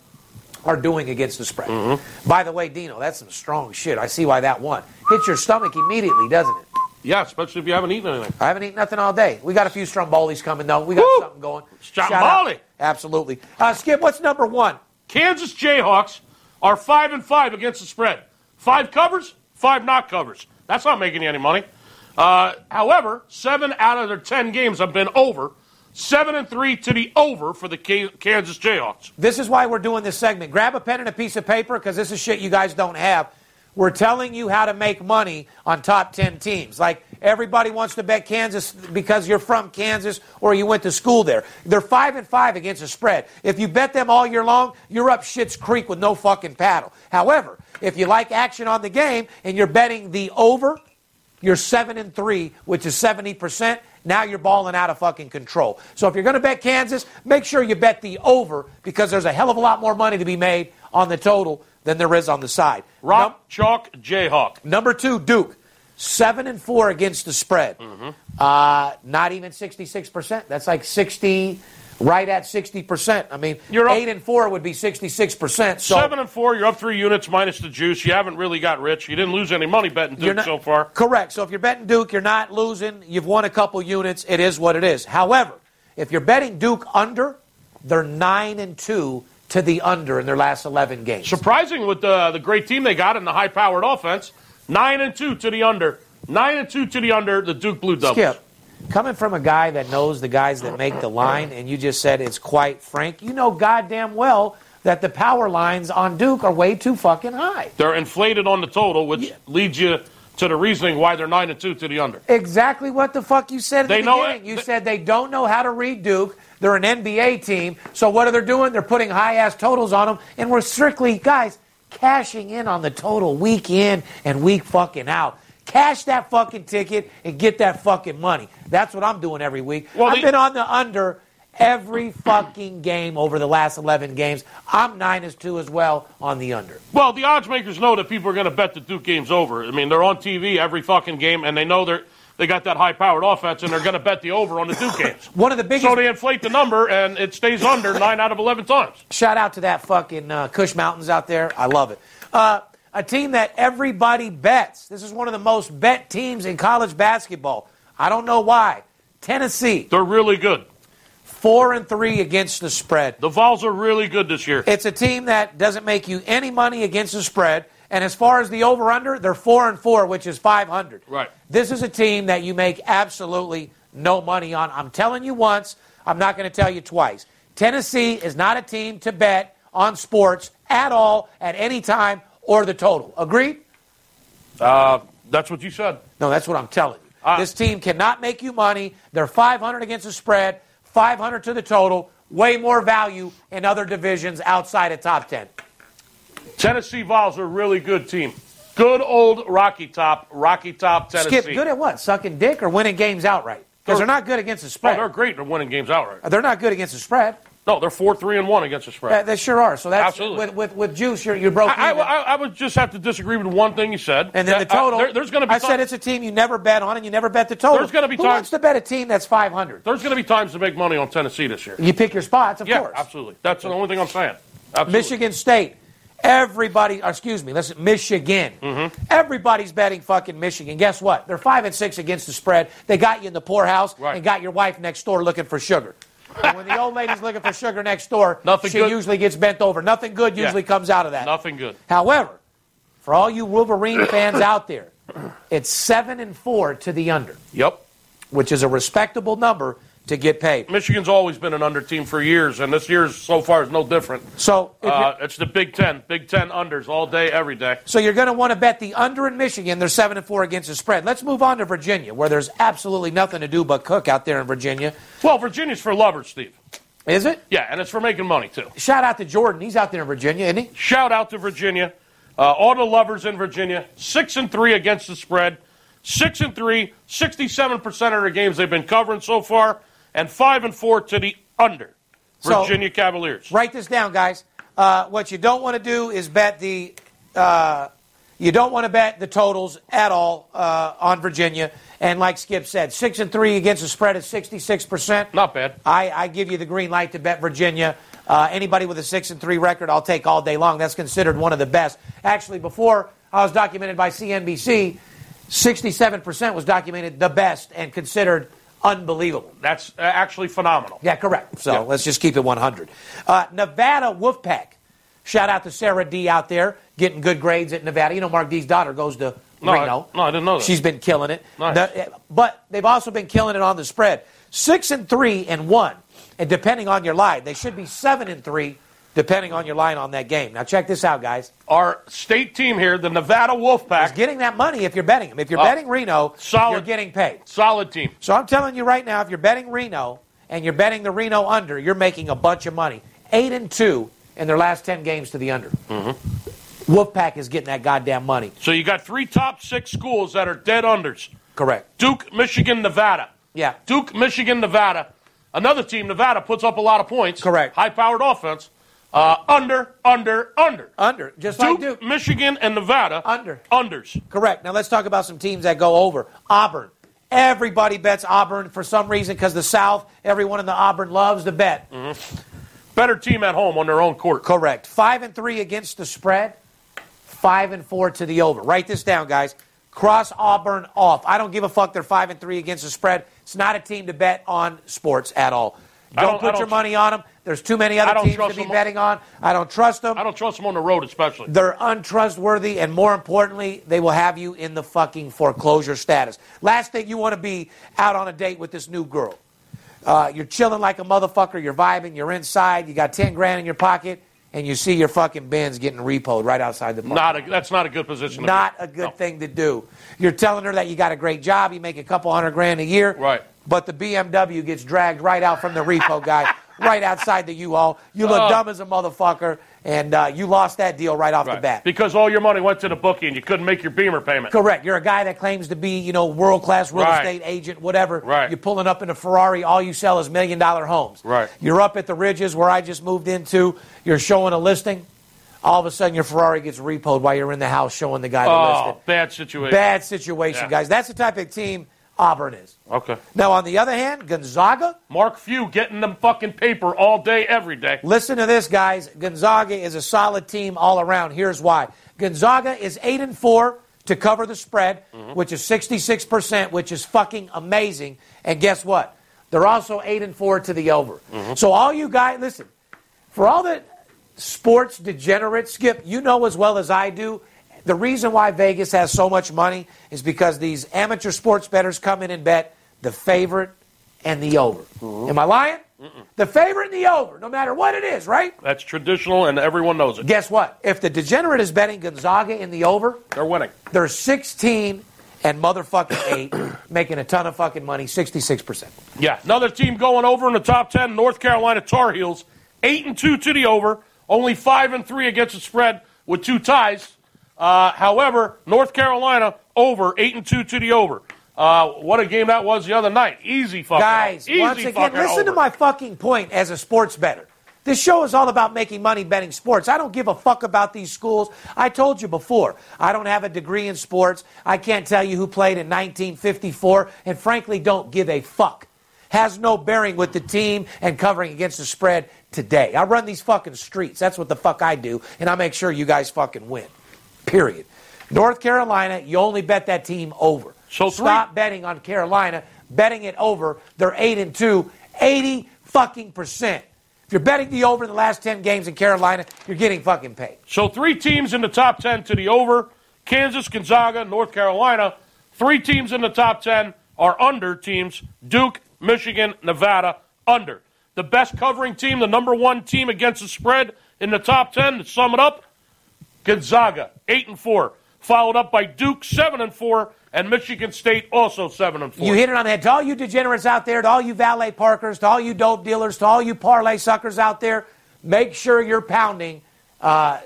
are doing against the spread. By the way, Dino, that's some strong shit. I see why that one hits your stomach immediately, doesn't it?
Yeah, especially if you haven't eaten anything.
I haven't eaten nothing all day. We got a few Strombolis coming though. We got
Woo!
something going.
Stromboli!
Shout out. Absolutely. Uh, Skip, what's number one?
Kansas Jayhawks are five and five against the spread. Five covers, five not covers. That's not making you any money. Uh, however, seven out of their ten games have been over. Seven and three to the over for the K- Kansas Jayhawks.
This is why we're doing this segment. Grab a pen and a piece of paper because this is shit you guys don't have. We're telling you how to make money on top 10 teams. Like everybody wants to bet Kansas because you're from Kansas or you went to school there. They're 5 and 5 against the spread. If you bet them all year long, you're up shit's creek with no fucking paddle. However, if you like action on the game and you're betting the over, you're seven and three, which is seventy percent. Now you're balling out of fucking control. So if you're going to bet Kansas, make sure you bet the over because there's a hell of a lot more money to be made on the total than there is on the side.
Rock chalk Jayhawk.
Num- number two, Duke, seven and four against the spread.
Mm-hmm.
Uh, not even sixty-six percent. That's like sixty, right at sixty percent. I mean,
You're up-
eight and four would be sixty-six percent. So
Seven and four. You're up three units minus the juice. You haven't really got rich. You didn't lose any money betting Duke
You're not-
so far.
Correct. So if you're betting Duke, you're not losing. You've won a couple units. It is what it is. However, if you're betting Duke under, they're nine and two to the under in their last eleven games.
Surprising with the the great team they got and the high powered offense. Nine and two to the under. Nine and two to the under. The Duke Blue Devils.
Skip, coming from a guy that knows the guys that make the line, and you just said it's quite frank. You know goddamn well that the power lines on Duke are way too fucking high.
They're inflated on the total, which leads you to the reasoning why they're nine and two to the under.
Exactly what the fuck you said at
They
the
know
beginning.
it.
You
They-
said they don't know how to read Duke. They're an NBA team. So what are they doing? They're putting high ass totals on them, and we're strictly guys cashing in on the total week in and week fucking out. Cash that fucking ticket and get that fucking money. That's what I'm doing every week.
Well,
I've
the-
been on the under every fucking game over the last 11 games. I'm 9 as 2 as well on the under.
Well, the odds makers know that people are going to bet the Duke game's over. I mean, they're on TV every fucking game, and they know they're they got that high powered offense, and they're going to bet the over on the Duke games.
One of the biggest
So they inflate the number, and it stays under nine out of eleven times.
Shout out to that fucking uh, Cush Mountains out there. I love it. Uh, a team that everybody bets. This is one of the most bet teams in college basketball. I don't know why. Tennessee,
They're really good.
four and three against the spread.
The Vols are really good this year.
It's a team that doesn't make you any money against the spread. And as far as the over under, they're four and four, which is 500.
Right.
This is a team that you make absolutely no money on. I'm telling you once, I'm not going to tell you twice. Tennessee is not a team to bet on sports at all, at any time, or the total. Agreed?
That's what you said.
No, that's what I'm telling you.
Ah.
this team cannot make you money. They're 500 against the spread, 500 to the total, way more value in other divisions outside of top 10.
Tennessee Vols are a really good team. Good old Rocky Top, Rocky Top, Tennessee.
Skip, good at what? Sucking dick or winning games outright? Because they're not good against the spread.
No, Oh, they're great. They're winning games outright.
They're not good against the spread.
No, they're four, three, and one against the spread.
Uh, They sure are. So that's
Absolutely.
with with with juice. You're you're broke.
I, I,
even.
I, I would just have to disagree with one thing you said.
and then the
That, uh,
total.
there- there's going to be.
I said
times-
it's a team you never bet on, and you never bet the total.
There's gonna be
Who
times-
wants to bet a team that's 500?
There's going to be times to make money on Tennessee this year.
You pick your spots, of
yeah,
course.
absolutely. That's the only thing I'm saying. Absolutely.
Michigan State. Everybody, or excuse me, listen, Michigan.
Mm-hmm.
Everybody's betting fucking Michigan. Guess what? They're five and six against the spread. They got you in the poorhouse
Right.
and got your wife next door looking for sugar. And when the old lady's looking for sugar next door,
Nothing
she
good.
usually gets bent over. Nothing good
Yeah.
usually comes out of that.
Nothing good.
However, for all you Wolverine fans out there, it's seven and four to the under,
Yep.
which is a respectable number to get paid.
Michigan's always been an under team for years, and this year's so far is no different.
So if you're-
Uh, it's the Big Ten. Big Ten unders all day, every day.
So you're going to want to bet the under in Michigan. They're seven and four against the spread. Let's move on to Virginia, where there's absolutely nothing to do but cook out there in Virginia.
Well, Virginia's for lovers, Steve.
Is it?
Yeah, and it's for making money too.
Shout out to Jordan. He's out there in Virginia, isn't he?
Shout out to Virginia, uh, all the lovers in Virginia. Six and three against the spread. Six and three, 67 percent of their games they've been covering so far, and five and four to the under.
So-
Virginia Cavaliers.
Write this down, guys. Uh, what you don't want to do is bet the. Uh, you don't want to bet the totals at all uh, on Virginia. And like Skip said, six and three against the spread is sixty-six percent.
Not bad.
I, I give you the green light to bet Virginia. Uh, anybody with a six and three record, I'll take all day long. That's considered one of the best. Actually, before I was documented by CNBC, sixty-seven percent was documented the best and considered unbelievable.
That's uh, actually phenomenal.
Yeah, correct. So
Yeah.
let's just keep it 100. Uh, Nevada Wolfpack. Shout out to Sarah D out there getting good grades at Nevada. You know, Mark D's daughter goes to
No, I-
Reno.
no, I didn't know that.
She's been killing it.
Nice.
The- but they've also been killing it on the spread. Six and three and one, and depending on your line, they should be seven and three, depending on your line on that game. Now check this out, guys.
Our state team here, the Nevada
It's
Wolfpack,
getting that money if you're betting them. If you're
Oh.
betting Reno,
Solid.
you're getting paid.
solid team.
So I'm telling you right now, if you're betting Reno and you're betting the Reno under, you're making a bunch of money. Eight and two in their last ten games to the under. Wolfpack is getting that goddamn money.
So you got three top six schools that are dead unders:
Correct.
Duke, Michigan, Nevada.
Yeah.
Duke, Michigan, Nevada. Another team, Nevada, puts up a lot of points.
Correct.
High-powered offense. Uh, under, under, under.
Under. Just
Duke,
like Duke.
Michigan, and Nevada.
Under.
Unders.
Correct. Now let's talk about some teams that go over. Auburn. Everybody bets Auburn for some reason because the South, everyone in the Auburn loves to bet.
Better team at home on their own court.
Correct. Five and three against the spread. Five and four to the over. Write this down, guys. Cross Auburn off. I don't give a fuck. They're five and three against the spread. It's not a team to bet on sports at all.
I
Don't,
don't- I
put
don't
your
tr-
money on them. There's too many
I
other
don't
teams to
trust
be
them.
betting on. I don't trust them.
I don't trust them on the road, especially.
They're untrustworthy, and more importantly, they will have you in the fucking foreclosure status. Last thing you want to be out on a date with this new girl. Uh, you're chilling like a motherfucker, you're vibing, you're inside, you got 10 grand in your pocket, and you see your fucking Benz getting repoed right outside the park.
not a, that's not a good position. to be
Not
in.
a good
No.
thing to do. You're telling her that you got a great job, you make a couple hundred grand a year.
Right.
But the BMW gets dragged right out from the repo guy, right outside the U-Haul. You look
Oh.
dumb as a motherfucker, and uh, you lost that deal right off the
Right.
bat.
Because all your money went to the bookie and you couldn't make your Beamer payment.
Correct. You're a guy that claims to be, you know, world class real
Right.
estate agent, whatever.
Right.
You're pulling up in a Ferrari. All you sell is million dollar homes.
Right.
You're up at the Ridges where I just moved into. You're showing a listing. All of a sudden, your Ferrari gets repoed while you're in the house showing the guy the
Oh,
listing.
bad situation.
Bad situation,
Yeah. Oh.
guys. That's the type of team Auburn is.
Okay.
Now, on the other hand, Gonzaga.
Mark Few getting them fucking paper all day, every day.
Listen to this, guys. Gonzaga is a solid team all around. Here's why. Gonzaga is eight and four to cover the spread, which is sixty six percent, which is fucking amazing. And guess what? They're also eight and four to the over. So all you guys, listen. For all the sports degenerates, Skip, you know as well as I do. The reason why Vegas has so much money is because these amateur sports bettors come in and bet the favorite and the over. Am I lying? The favorite and the over, no matter what it is, right?
That's traditional and everyone knows it.
Guess what? If the degenerate is betting Gonzaga in the over,
They're winning.
they're 16 and motherfucking 8, making a ton of fucking money, 66%.
Yeah. Another team going over in the top ten, North Carolina Tar Heels. Eight and two to the over, only five and three against the spread with two ties. Uh, however, North Carolina over, eight and two to the over. Uh, what a game that was the other night. Easy fucking.
Guys,
easy
once again,
fucking
listen
over.
to my fucking point as a sports better. This show is all about making money betting sports. I don't give a fuck about these schools. I told you before, I don't have a degree in sports. I can't tell you who played in 1954, and frankly, don't give a fuck. Has no bearing with the team and covering against the spread today. I run these fucking streets. That's what the fuck I do, and I make sure you guys fucking win. Period. North Carolina, you only bet that team over.
So three-
stop betting on Carolina, betting it over. They're eight and two, 80 fucking percent. If you're betting the over in the last 10 games in Carolina, you're getting fucking paid.
So three teams in the top ten to the over: Kansas, Gonzaga, North Carolina. Three teams in the top ten are under teams: Duke, Michigan, Nevada. Under the best covering team, the number one team against the spread in the top ten. To sum it up, Gonzaga eight and four. followed up by Duke seven and four, and Michigan State also seven and four.
You hit it on the head. To all you degenerates out there, to all you valet parkers, to all you dope dealers, to all you parlay suckers out there, make sure you're pounding uh,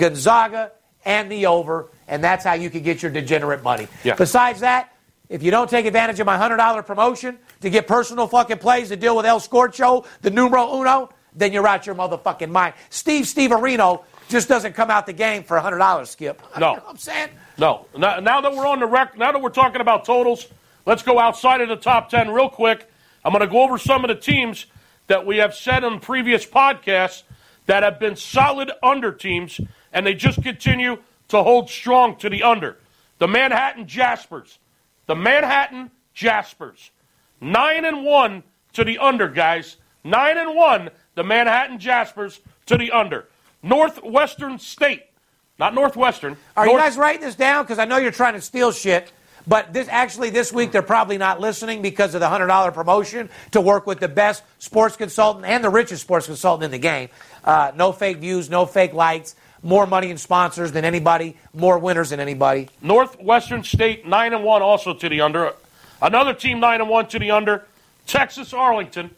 Gonzaga and the over, and that's how you can get your degenerate money.
Yeah.
Besides that, if you don't take advantage of my $100 promotion to get personal fucking plays to deal with El Scorcho, the numero uno, then you're out your motherfucking mind. Steve Steve Areno just doesn't come out the game for $100, Skip.
No.
You know what I'm saying?
No. Now, now that we're on the rec, now that we're talking about totals, let's go outside of the top 10 real quick. I'm going to go over some of the teams that we have said on previous podcasts that have been solid under teams, and they just continue to hold strong to the under. The Manhattan Jaspers. The Manhattan Jaspers. Nine and one to the under, guys. Nine and one, the Manhattan Jaspers to the under. Northwestern State. Not Northwestern.
Are you
North-
guys writing this down? Because I know you're trying to steal shit. But this actually this week they're probably not listening because of the hundred dollar promotion to work with the best sports consultant and the richest sports consultant in the game. Uh, no fake views, no fake likes, more money in sponsors than anybody, more winners than anybody.
Northwestern State nine and one also to the under. Another team nine and one to the under. Texas Arlington,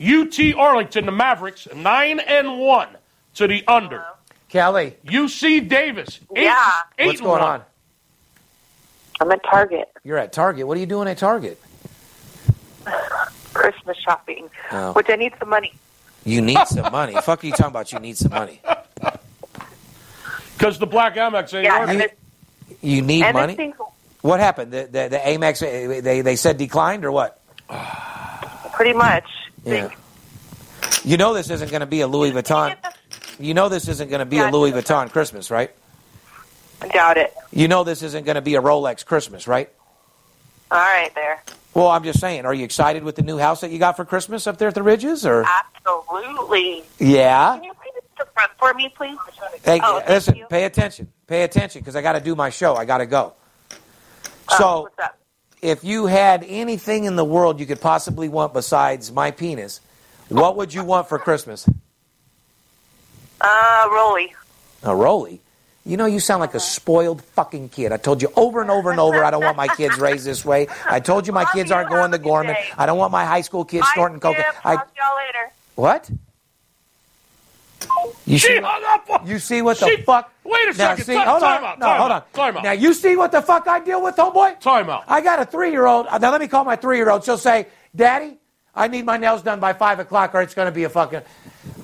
UT Arlington, the Mavericks nine and one to the under.
Kelly,
UC Davis eight,
Yeah.
eight
what's
and
going
one.
on?
I'm at Target
You're at Target. What are you doing at Target?
Christmas shopping,
Oh.
which I need some money.
You need some money. Fuck are you talking about? You need some money.
Because the black Amex ain't
Yeah,
working.
and, it's,
You need
and
money.
it's single.
What happened? The, the, the Amex eh, they they said declined or what?
pretty much.
Yeah. You know this isn't going to be a Louis Vuitton. You know this isn't going to be a Louis Vuitton Christmas, right?
I doubt it.
You know this isn't going to be a Rolex Christmas, right?
All right, there.
Well, I'm just saying. Are you excited with the new house that you got for Christmas up there at the Ridges? Or
Absolutely.
yeah.
Uh, Can you please the front for me, please?
Hey,
oh, thank
listen.
you.
Pay attention. Pay attention because I got to do my show. I got to go.
Oh,
So
what's up?
if you had anything in the world you could possibly want besides my penis, what would you want for Christmas?
Uh, Rolly.
A Roly. You know, you sound like
Uh-huh.
a spoiled fucking kid. I told you over and over and over, I don't want my kids raised this way. I told you my
Love
kids
you.
aren't going to
Have a good
Gorman.
day.
I don't want my high school kids snorting
Bye,
coca.
Skip.
I
Talk to y'all later.
what? You
She
see?
hung up. on-
You see what the
She-
fuck?
Wait a
Now,
second.
see-
Ti-
hold
time
on.
out.
No,
time
hold on.
out. Time out.
Now you see what the fuck I deal with, homeboy.
time out.
I got a three year old. Now let me call my three year old. She'll say, Daddy, I need my nails done by five o'clock or it's going to be a fucking.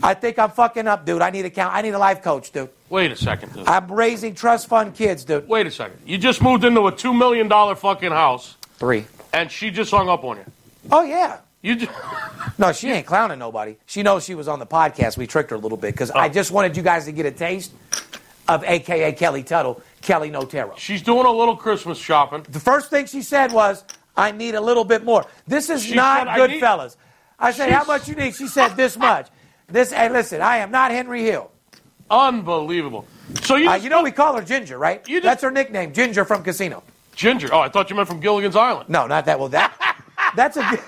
I think I'm fucking up, dude. I need a count. I need a life coach, dude.
Wait a second. dude.
I'm raising trust fund kids, dude.
Wait a second. You just moved into a two million dollar fucking house,
Three.
and she just hung up on you.
Oh, yeah.
You just,
No, she ain't clowning nobody. She knows she was on the podcast. We tricked her a little bit because
Oh.
I just wanted you guys to get a taste of AKA Kelly Tuttle, Kelly Notero.
she's doing a little Christmas shopping.
The first thing she said was, I need a little bit more. This is
She
not
said, "I
good,
need-"
fellas. I said,
She
How
s-
much you need? She said, This much. This, hey, listen, I am not Henry Hill.
Unbelievable. So you
Uh,
just
you know we call her Ginger, right?
You just-
That's her nickname, Ginger from Casino.
Ginger. Oh, I thought you meant from Gilligan's Island.
No, not that. Well, that that's a.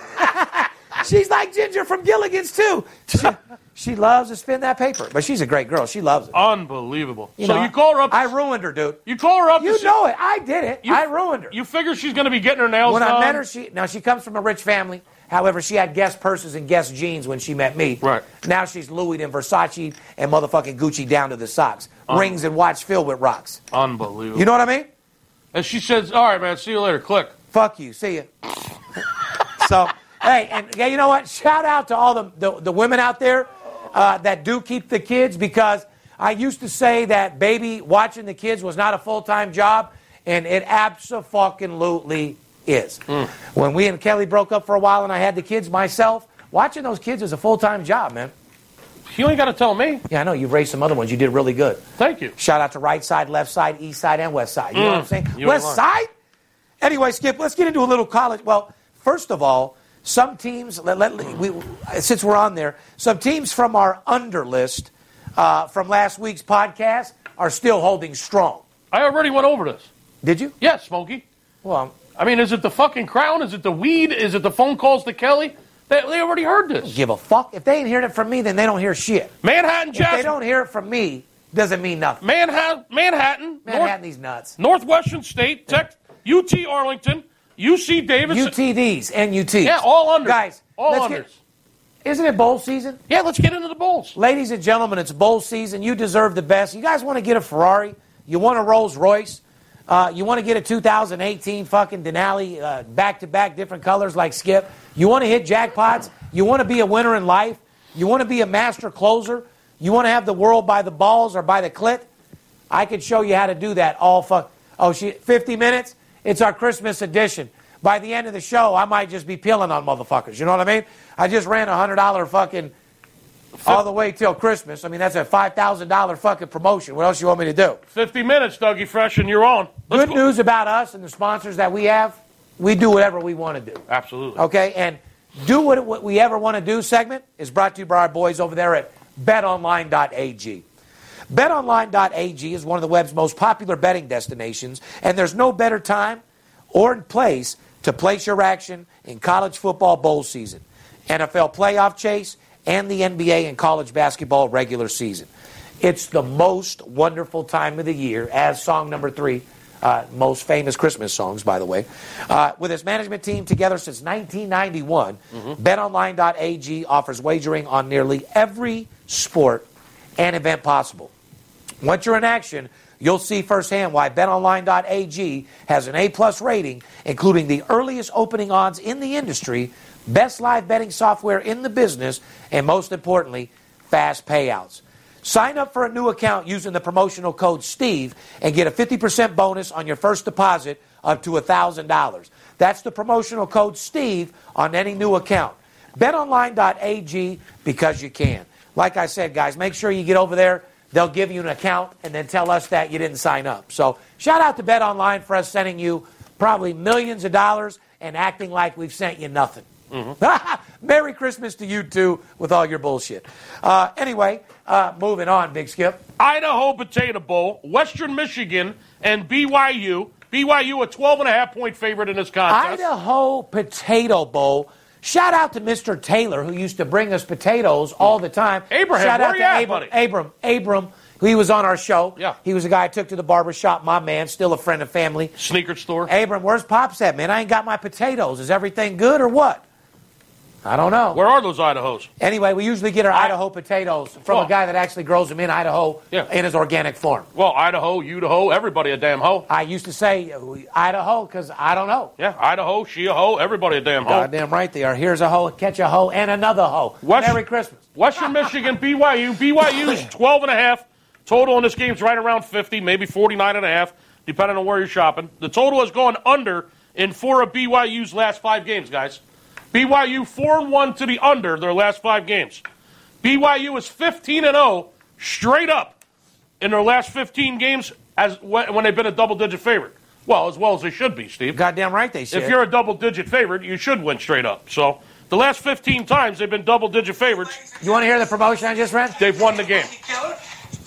she's like Ginger from Gilligan's too. She, she loves to spin that paper, but she's a great girl. She loves it.
Unbelievable. Oh, so
know,
you call her up.
I ruined her, dude.
you call her up.
You
to see-
know it. I did it.
You-
I ruined her.
You figure she's going to be getting her nails
when
done.
I met her, she now she comes from a rich family. However, she had guest purses and guest jeans when she met me.
Right.
Now she's Louis and Versace and motherfucking Gucci down to the socks, rings and watch filled with rocks.
Unbelievable.
You know what I mean?
and she says, "All right, man. See you later." Click.
Fuck you. See ya. so, hey, and yeah, you know what? Shout out to all the, the, the women out there uh, that do keep the kids because I used to say that baby watching the kids was not a full time job, and it absolutely is. When we and Kelly broke up for a while and I had the kids myself, watching those kids is a full time job, man.
You ain't got to tell me.
Yeah, I know. You've raised some other ones. You did really good.
Thank you.
Shout out to right side, left side, east side, and west side. You know what I'm saying?
Mm, You
west
ain't
side? Anyway, Skip, let's get into a little college. Well, first of all, some teams, let, let, we, since we're on there, some teams from our under list uh, from last week's podcast are still holding strong.
I already went over this.
Did you?
Yes, Smokey.
Well,
I mean, is it the fucking crown? Is it the weed? Is it the phone calls to Kelly? They, they already heard this.
give a fuck. If they ain't hearing it from me, then they don't hear shit.
Manhattan
If
Jasper.
they don't hear it from me, Doesn't mean nothing.
Manhattan, Manhattan,
Manhattan, these nuts.
North, Northwestern State, Tech, UT Arlington, UC Davis.
UTDs, NUTs.
Yeah, all under.
Guys,
all
let's
unders.
get- isn't it bowl season?
yeah, let's get into the bowls.
Ladies and gentlemen, it's bowl season. You deserve the best. You guys want to get a Ferrari? You want a Rolls Royce? Uh, you want to get a 2018 fucking Denali back to back different colors like Skip? You want to hit jackpots? You want to be a winner in life? You want to be a master closer? You want to have the world by the balls or by the clit? I could show you how to do that all fuck. Oh, she 50 minutes. It's our Christmas edition. By the end of the show, I might just be peeling on motherfuckers. You know what I mean? I just ran a hundred dollar fucking all the way till Christmas. I mean, that's a five thousand dollar fucking promotion. What else you want me to do?
50 minutes, Dougie Fresh, and you're on. Let's
Good
go-
news about us and the sponsors that we have. We do whatever we want to do.
Absolutely.
Okay, and do what, what we ever want to do segment is brought to you by our boys over there at betonline.ag. BetOnline.ag is one of the web's most popular betting destinations, and there's no better time or place to place your action in college football bowl season, NFL playoff chase, and the NBA and college basketball regular season. It's the most wonderful time of the year, as song number three, uh, most famous Christmas songs, by the way. Uh, with its management team together since 1991, betonline.ag offers wagering on nearly every sport and event possible. Once you're in action, you'll see firsthand why betonline.ag has an A-plus rating, including the earliest opening odds in the industry, best live betting software in the business, and most importantly, fast payouts. Sign up for a new account using the promotional code STEVE and get a 50% bonus on your first deposit up to $1,000. That's the promotional code STEVE on any new account. BetOnline.ag because you can. Like I said, guys, make sure you get over there. They'll give you an account and then tell us that you didn't sign up. So shout out to BetOnline for us sending you probably millions of dollars and acting like we've sent you nothing. Merry Christmas to you too with all your bullshit. Uh, anyway, uh, moving on, Big Skip.
Idaho Potato Bowl, Western Michigan, and BYU. BYU a 12 and a half point favorite in this contest.
Idaho Potato Bowl. Shout out to Mr. Taylor, who used to bring us potatoes all the time.
Abraham,
Shout
where
out
you
to
at,
Abram,
buddy?
Abram, Abram. He was on our show.
Yeah.
He was a guy I took to the barber shop, my man, still a friend of family.
Sneaker store.
Abram, where's Pops at, man? I ain't got my potatoes. Is everything good or what? I don't know.
Where are those Idahos?
anyway, we usually get our Idaho potatoes from
Well-
a guy that actually grows them in Idaho
Oh. Yeah.
in his organic form.
Well, Idaho, Utaho, everybody a damn hoe.
I used to say uh, Idaho because I don't know.
Yeah, Idaho, she a hoe, everybody a damn hoe.
Goddamn right they are. Here's a hoe, catch a hoe, and another hoe.
West-
Merry Christmas.
Western Michigan, BYU. BYU's 12 and a half. Total on this game's right around 50, maybe 49 and a half, depending on where you're shopping. The total has gone under in four of BYU's last five games, guys. BYU 4 and 1 to the under their last five games. BYU is 15 and 0 straight up in their last 15 games as when when they've been a double digit favorite. Well, as well as they should be, Steve.
Goddamn right they should.
If you're a double digit favorite, you should win straight up. So the last 15 times they've been double digit favorites,
you want to hear the promotion I just ran?
they've won the game.
Killer.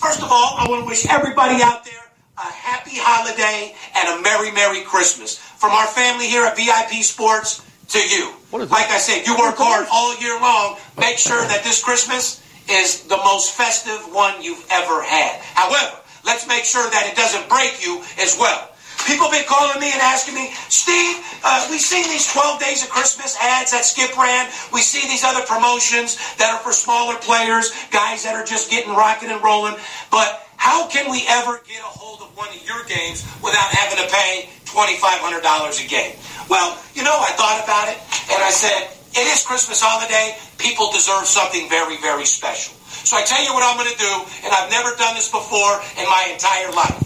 First of all, I want to wish everybody out there a happy holiday and a merry, merry Christmas from our family here at VIP Sports to you.
What is that?
like I said, you work hard all year long. Make sure that this Christmas is the most festive one you've ever had. However, let's make sure that it doesn't break you as well. People been calling me and asking me, Steve, uh, we see these 12 Days of Christmas ads that Skip ran. We see these other promotions that are for smaller players, guys that are just getting rocking and rolling. But how can we ever get a hold of one of your games without having to pay $2,500 a game? Well, you know, I thought about it and I said, it is Christmas holiday. People deserve something very, very special. So I tell you what I'm going to do, and I've never done this before in my entire life.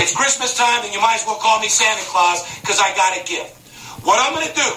It's Christmas time, and you might as well call me Santa Claus because I got a gift. What I'm going to do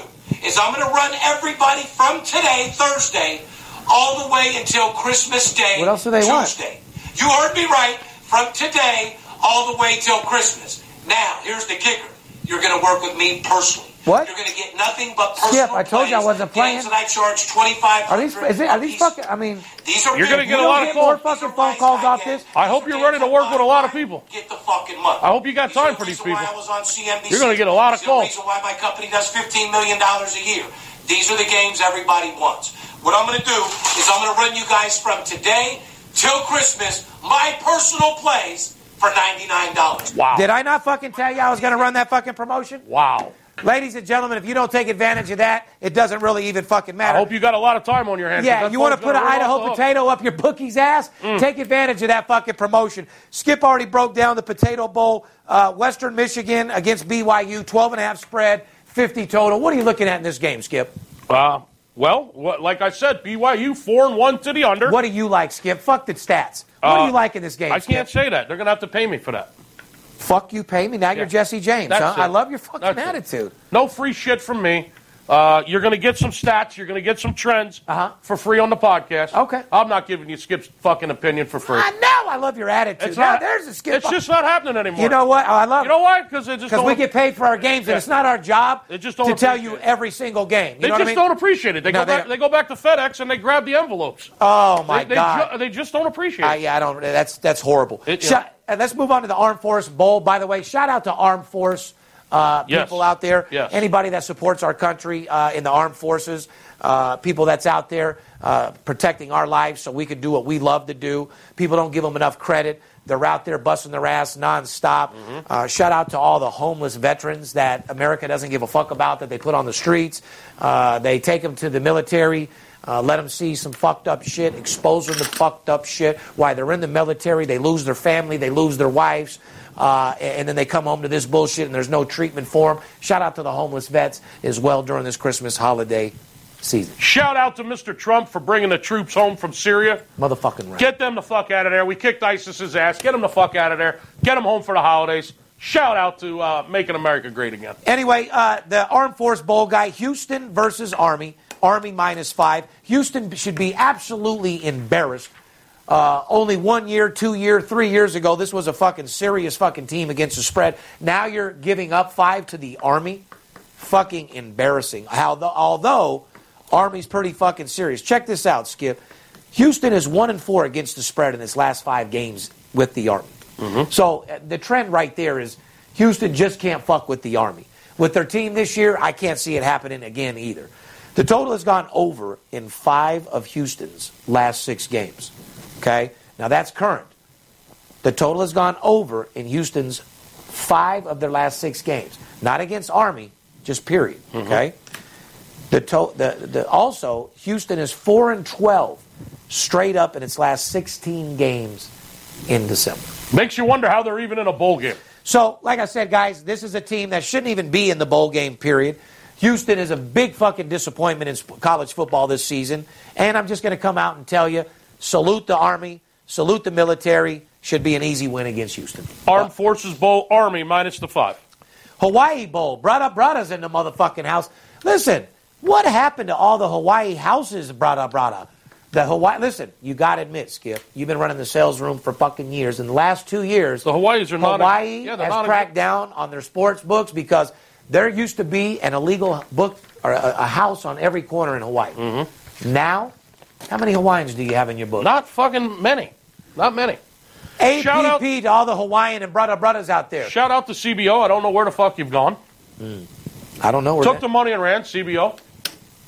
is I'm going to run everybody from today, Thursday, all the way until Christmas Day,
What else do they
Tuesday.
want?
You heard me right. From today all the way till Christmas. Now, here's the kicker. You're going to work with me personally.
What?
You're going to get nothing but personal
Skip, I told you I
plays,
wasn't playing.
Games that I charge 25
Are these, is it, are these fucking, I mean,
These are
You're gonna
big-
get a
You
lot of
don't get
calls.
more fucking
phone calls off this.
I hope you're ready to work with a lot of people.
Get the fucking money.
I hope you got
These are
time
the
for these
reason why
people.
I was on CNBC.
You're gonna get a lot of
These are
calls.
The reason why my company does $15 million a year. These are the games everybody wants. What I'm going to do is I'm going to run you guys from today till Christmas, my personal plays for $99.
Wow.
Did I not fucking tell you I was going to run that fucking promotion?
Wow.
Ladies and gentlemen, if you don't take advantage of that, it doesn't really even fucking
I
matter.
hope you got a lot of time on your hands. 'cause
yeah,
that
you want to
phone's
put an
gonna ring
Idaho
off Mm. the hook.
potato up your bookie's ass? Take advantage of that fucking promotion. Skip already broke down the Potato Bowl. Uh, Western Michigan against BYU, 12 and a half spread, 50 total. What are you looking at in this game, Skip?
Uh, well, what, like I said, BYU four and one to the under.
What do you like, Skip? Fuck the stats. What do
Uh,
you like in this game,
I
Skip?
can't say that. They're gonna have to pay me for that.
Fuck you, pay me. Now you're
Yeah.
Jesse James.
That's
Huh? I
it.
love your fucking
That's it.
attitude.
No free shit from me. Uh, you're going to get some stats. You're going to get some trends
Uh-huh.
for free on the podcast.
Okay.
I'm not giving you Skip's fucking opinion for free.
I know. I love your attitude. now there's a Skip.
It's just not happening anymore.
you know what? Oh, I love
You know why? Because it just
Because
don't.
we get paid for our games, and
Yeah.
it's not our job
They just don't
to tell you
appreciate it.
every single game. You
they
know
just
what I mean?
don't appreciate it. They
No,
go
they
back.
don't.
They go back to FedEx and they grab the envelopes.
oh my
they, they
god!
ju- they just don't appreciate
I,
it.
yeah, I don't. That's that's horrible.
It- yeah.
Shout- and let's move on to the Armed Force Bowl. By the way, shout out to Armed Force uh,
Yes.
people out there.
Yes.
Anybody that supports our country uh, in the armed forces, uh, people that's out there uh, protecting our lives so we can do what we love to do. People don't give them enough credit. They're out there busting their ass nonstop.
Mm-hmm.
Uh, shout out to all the homeless veterans that America doesn't give a fuck about that they put on the streets. Uh, they take them to the military. Uh, let them see some fucked up shit, expose them to fucked up shit. Why they're in the military, they lose their family, they lose their wives, uh, and, and then they come home to this bullshit and there's no treatment for them. Shout out to the homeless vets as well during this Christmas holiday season.
Shout out to Mr. Trump for bringing the troops home from Syria.
Motherfucking right.
Get them the fuck out of there. We kicked ISIS's ass. Get them the fuck out of there. Get them home for the holidays. Shout out to uh, making America great again.
Anyway, uh, the Armed Force Bowl guy, Houston versus Army, Army minus five. Houston should be absolutely embarrassed. Uh, only one year, two year, three years ago, this was a fucking serious fucking team against the spread. Now you're giving up five to the Army. Fucking embarrassing. How the, although Army's pretty fucking serious. Check this out, Skip. Houston is one and four against the spread in its last five games with the Army. So uh, the trend right there is Houston just can't fuck with the Army. With their team this year, I can't see it happening again either. The total has gone over in five of Houston's last six games. Okay? Now that's current. The total has gone over in Houston's five of their last six games. Not against Army, just period. Okay? The to- the, the also Houston is four and twelve straight up in its last sixteen games in December.
Makes you wonder how they're even in a bowl game.
So, like I said, guys, this is a team that shouldn't even be in the bowl game, period. Houston is a big fucking disappointment in sp- college football this season. And I'm just going to come out and tell you salute the Army, salute the military. Should be an easy win against Houston.
Armed Forces Bowl Army minus the five.
Hawaii Bowl. Brought up Brada's in the motherfucking house. Listen, what happened to all the Hawaii houses, Brada Brada? The Hawaii. Listen, you got to admit, Skip, you've been running the sales room for fucking years. In the last two years,
The Hawaiians are not.
Hawaii
yeah, they're
has
not
cracked down on their sports books because there used to be an illegal book or a, a house on every corner in Hawaii. Now, how many Hawaiians do you have in your book?
Mm-hmm. Not fucking many. Not many.
APP
shout out-
to all the Hawaiian and brother brothers out there.
Shout out to CBO. I don't know where the fuck you've gone.
I don't know where
Took
that-
the money and ran. CBO.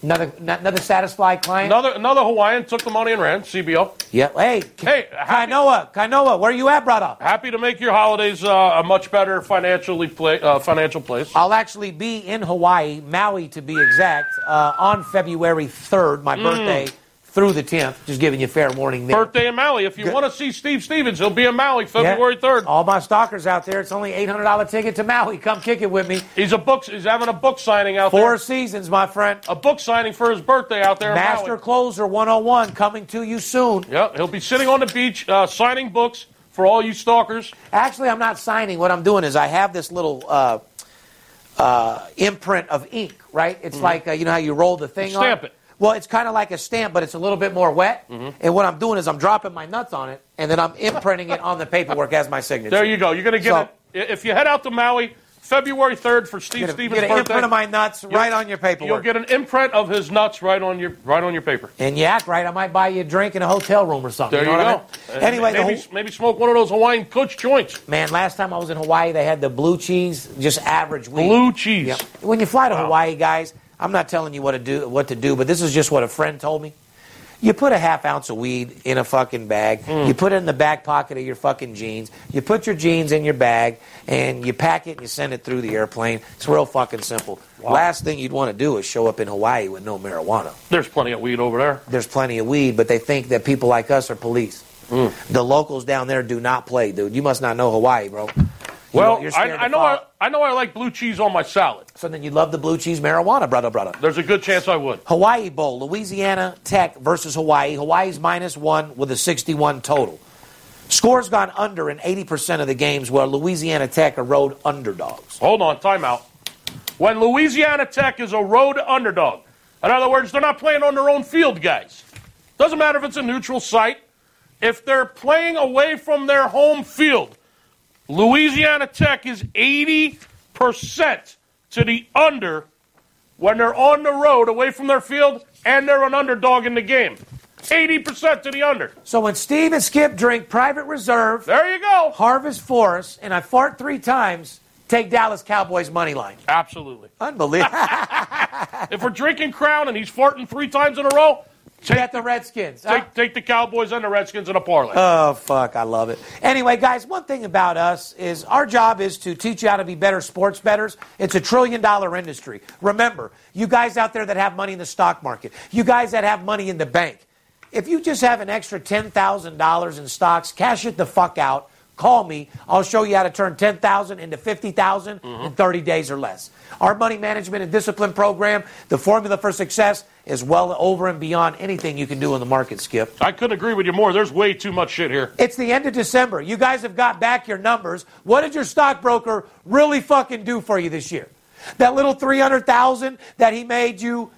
another another satisfied client.
Another another Hawaiian took the money and ran. CBO.
Yep. Hey,
Hey, happy,
Kainoa, Kainoa, where you at, brother?
happy to make your holidays uh, a much better financially pla uh, financial place.
I'll actually be in Hawaii, Maui to be exact, uh, on February 3rd, my birthday, through the 10th. Just giving you fair warning there.
Mm. Birthday in Maui. If you want to see Steve Stevens, he'll be in Maui
Yeah. Oh.
February third.
All my stalkers out there, it's only $800 ticket to Maui. Come kick it with me.
He's a book. He's having a book signing out
Four
there.
seasons, my friend.
A book signing for his birthday out there. in Maui.
Master Closer 101 coming to you soon.
Yeah, he'll be sitting on the beach uh, signing books for all you stalkers.
Actually, I'm not signing. What I'm doing is I have this little uh, uh, imprint of ink, right? It's like, uh, you know how you roll the thing on?
Mm-hmm. Stamp it. Mm-hmm.
Well, it's kind of like a stamp, but it's a little bit more wet. And what I'm doing is I'm dropping my nuts on it, and then I'm imprinting it on the paperwork as my signature.
There you go. You're going to
So-
get it. If you head out to Maui February 3rd for Steve
Get, a,
Stevens'
get an
birthday,
imprint of my nuts right on your paperwork.
you'll get an imprint of his nuts right on your right on your paper.
And you act right, I might buy you a drink in a hotel room or something.
There you,
know
go.
what I mean? Anyway, the
maybe,
whole-
maybe smoke one of those Hawaiian coach joints.
man, last time I was in Hawaii, they had the blue cheese, just average weed.
Blue cheese.
Yeah. When you fly to Hawaii, guys, I'm not telling you what to do, what to do, but this is just what a friend told me. You put a half ounce of weed in a fucking bag.
Hmm.
You put it in the back pocket of your fucking jeans. You put your jeans in your bag, and you pack it and you send it through the airplane. It's real fucking simple. Last thing you'd want to do is show up in Hawaii with no marijuana.
There's plenty of weed over there.
There's plenty of weed, but they think that people like us are police.
Mm.
The locals down there do not play, dude. You must not know Hawaii, bro. You
Well,
know- you're
I,
scared
I
to
know I,
follow-
I know I like blue cheese on my salad.
So then you love the blue cheese marijuana, brother, brother.
There's a good chance I would.
Hawaii Bowl, Louisiana Tech versus Hawaii. Hawaii's minus one with a 61 total. Scores gone under in 80% of the games where Louisiana Tech are road underdogs.
Hold on, timeout. When Louisiana Tech is a road underdog, in other words, they're not playing on their own field, guys. Doesn't matter if it's a neutral site. If they're playing away from their home field, Louisiana Tech is 80% to the under when they're on the road away from their field and they're an underdog in the game. 80% to the under.
So when Steve and Skip drink private reserve,
There you go.
harvest forest, and I fart three times, take Dallas Cowboys money line.
Absolutely.
Unbelievable.
If we're drinking Crown and he's farting three times in a row,
Bet the Redskins. huh?
Take, take the Cowboys and the Redskins in a parlay.
Oh, fuck, I love it. Anyway, guys, one thing about us is our job is to teach you how to be better sports betters. It's a trillion dollar industry. Remember, you guys out there that have money in the stock market, you guys that have money in the bank, if you just have an extra $10,000 in stocks, cash it the fuck out. Call me. I'll show you how to turn 10,000 into 50,000 in 30 days or less. Our money management and discipline program, the formula for success, is well over and beyond anything you can do in the market, Skip.
I couldn't agree with you more. There's way too much shit here.
It's the end of December. You guys have got back your numbers. What did your stockbroker really fucking do for you this year? That little 300,000 that he made you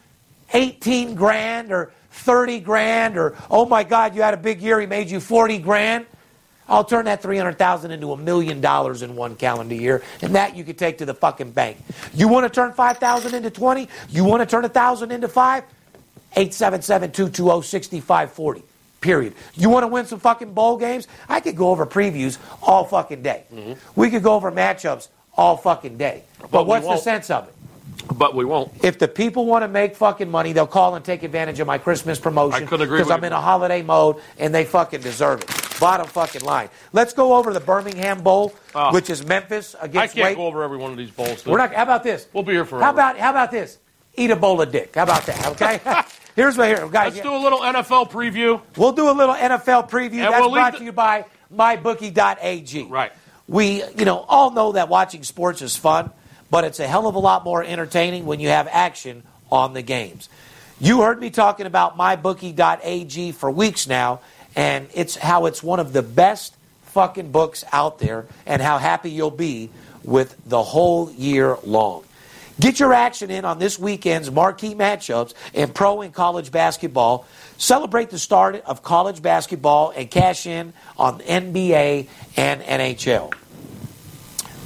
18 grand or 30 grand or oh my god, you had a big year, he made you 40 grand. I'll turn that 300,000 into a million dollars in one calendar year, and that you could take to the fucking bank. You want to turn 5,000 into 20? You want to turn 1,000 into 5? oh, 877-220-6540. Period. You want to win some fucking bowl games? I could go over previews all fucking day. We could go over matchups all fucking day. But,
Mm-hmm. But we
what's the
won't.
sense of it?
But we won't.
If the people want to make fucking money, they'll call and take advantage of my Christmas promotion
I couldn't agree with
I'm
you.
in a holiday mode and they fucking deserve it. Bottom fucking line. Let's go over the Birmingham Bowl,
Oh.
which is Memphis
I
against
can't
Wake.
go over every one of these bowls. dude.
We're not. How about this?
We'll be here forever.
How about how about this? Eat a bowl of dick. How about that? Okay. Here's my here, guys.
Let's do a little NFL preview.
We'll do a little NFL preview.
And
That's
we'll leave
brought
the-
to you by mybookie.ag.
Right.
We, you know, all know that watching sports is fun, but it's a hell of a lot more entertaining when you have action on the games. You heard me talking about mybookie.ag for weeks now, and it's how it's one of the best fucking books out there and how happy you'll be with the whole year long. Get your action in on this weekend's marquee matchups in pro and college basketball. Celebrate the start of college basketball and cash in on NBA and NHL.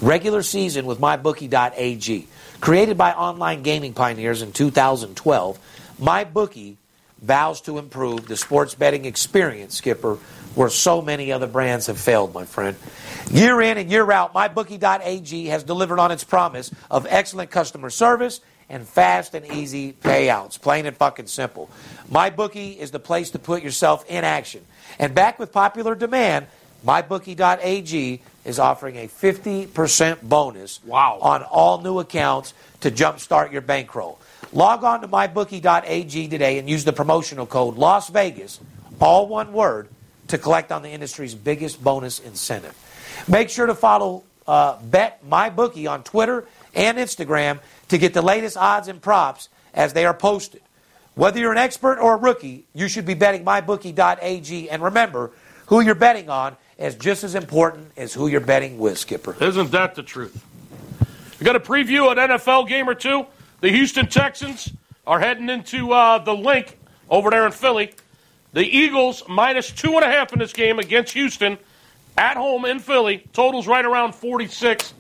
Regular season with mybookie.ag. Created by online gaming pioneers in 2012, MyBookie vows to improve the sports betting experience, Skipper, where so many other brands have failed, my friend. Year in and year out, mybookie.ag has delivered on its promise of excellent customer service and fast and easy payouts. Plain and fucking simple. MyBookie is the place to put yourself in action. And back with popular demand, MyBookie.ag is offering a 50% bonus
Wow.
on all new accounts to jumpstart your bankroll. Log on to mybookie.ag today and use the promotional code Las Vegas, all one word, to collect on the industry's biggest bonus incentive. Make sure to follow uh, Bet My Bookie on Twitter and Instagram to get the latest odds and props as they are posted. Whether you're an expert or a rookie, you should be betting mybookie.ag. And remember, who you're betting on is just as important as who you're betting with, Skipper.
Isn't that the truth? We got a preview an NFL game or two. The Houston Texans are heading into uh, the link over there in Philly. The Eagles minus two and a half in this game against Houston at home in Philly. Totals right around 46.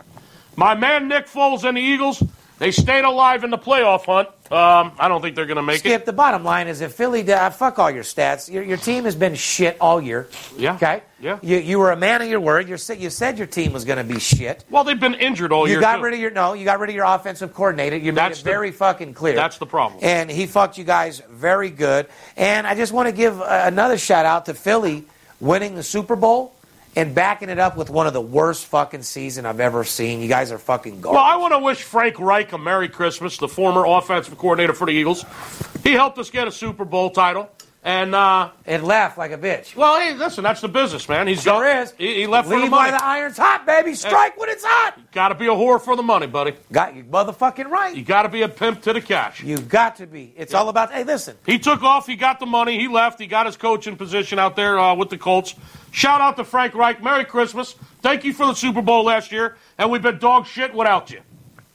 My man Nick Foles and the Eagles They stayed alive in the playoff hunt. Um, I don't think they're going to make
Skip, the bottom line is if Philly, do- uh, fuck all your stats. Your, your team has been shit all year.
it. Yeah.
Okay?
Yeah.
You, you were a man of your word. You're, you said your team was going to be shit.
Well, they've been injured all
You
year.
got
too.
rid of your no. You got rid of your offensive coordinator. You made
That's
it
the-
very fucking clear.
that's the problem.
And he fucked you guys very good. And I just want to give uh, another shout out to Philly winning the Super Bowl and backing it up with one of the worst fucking season I've ever seen. You guys are fucking garbage.
Well, I want to wish Frank Reich a Merry Christmas, the former offensive coordinator for the Eagles. He helped us get a Super Bowl title. And, uh,
and laugh like a bitch.
well, hey, listen, that's the business, man. He's
Sure
got,
is.
He, he left
Leave
for the
while
money.
the iron's hot, baby. Strike when it's hot.
Got to be a whore for the money, buddy.
Got you motherfucking right.
You
You,
got to be a pimp to the cash.
got to be. It's all about. Hey, listen.
He took off. He got the money. He left. He got his coaching position out there uh, with the Colts. Shout out to Frank Reich. Merry Christmas. Thank you for the Super Bowl last year, and we've been dog shit without you.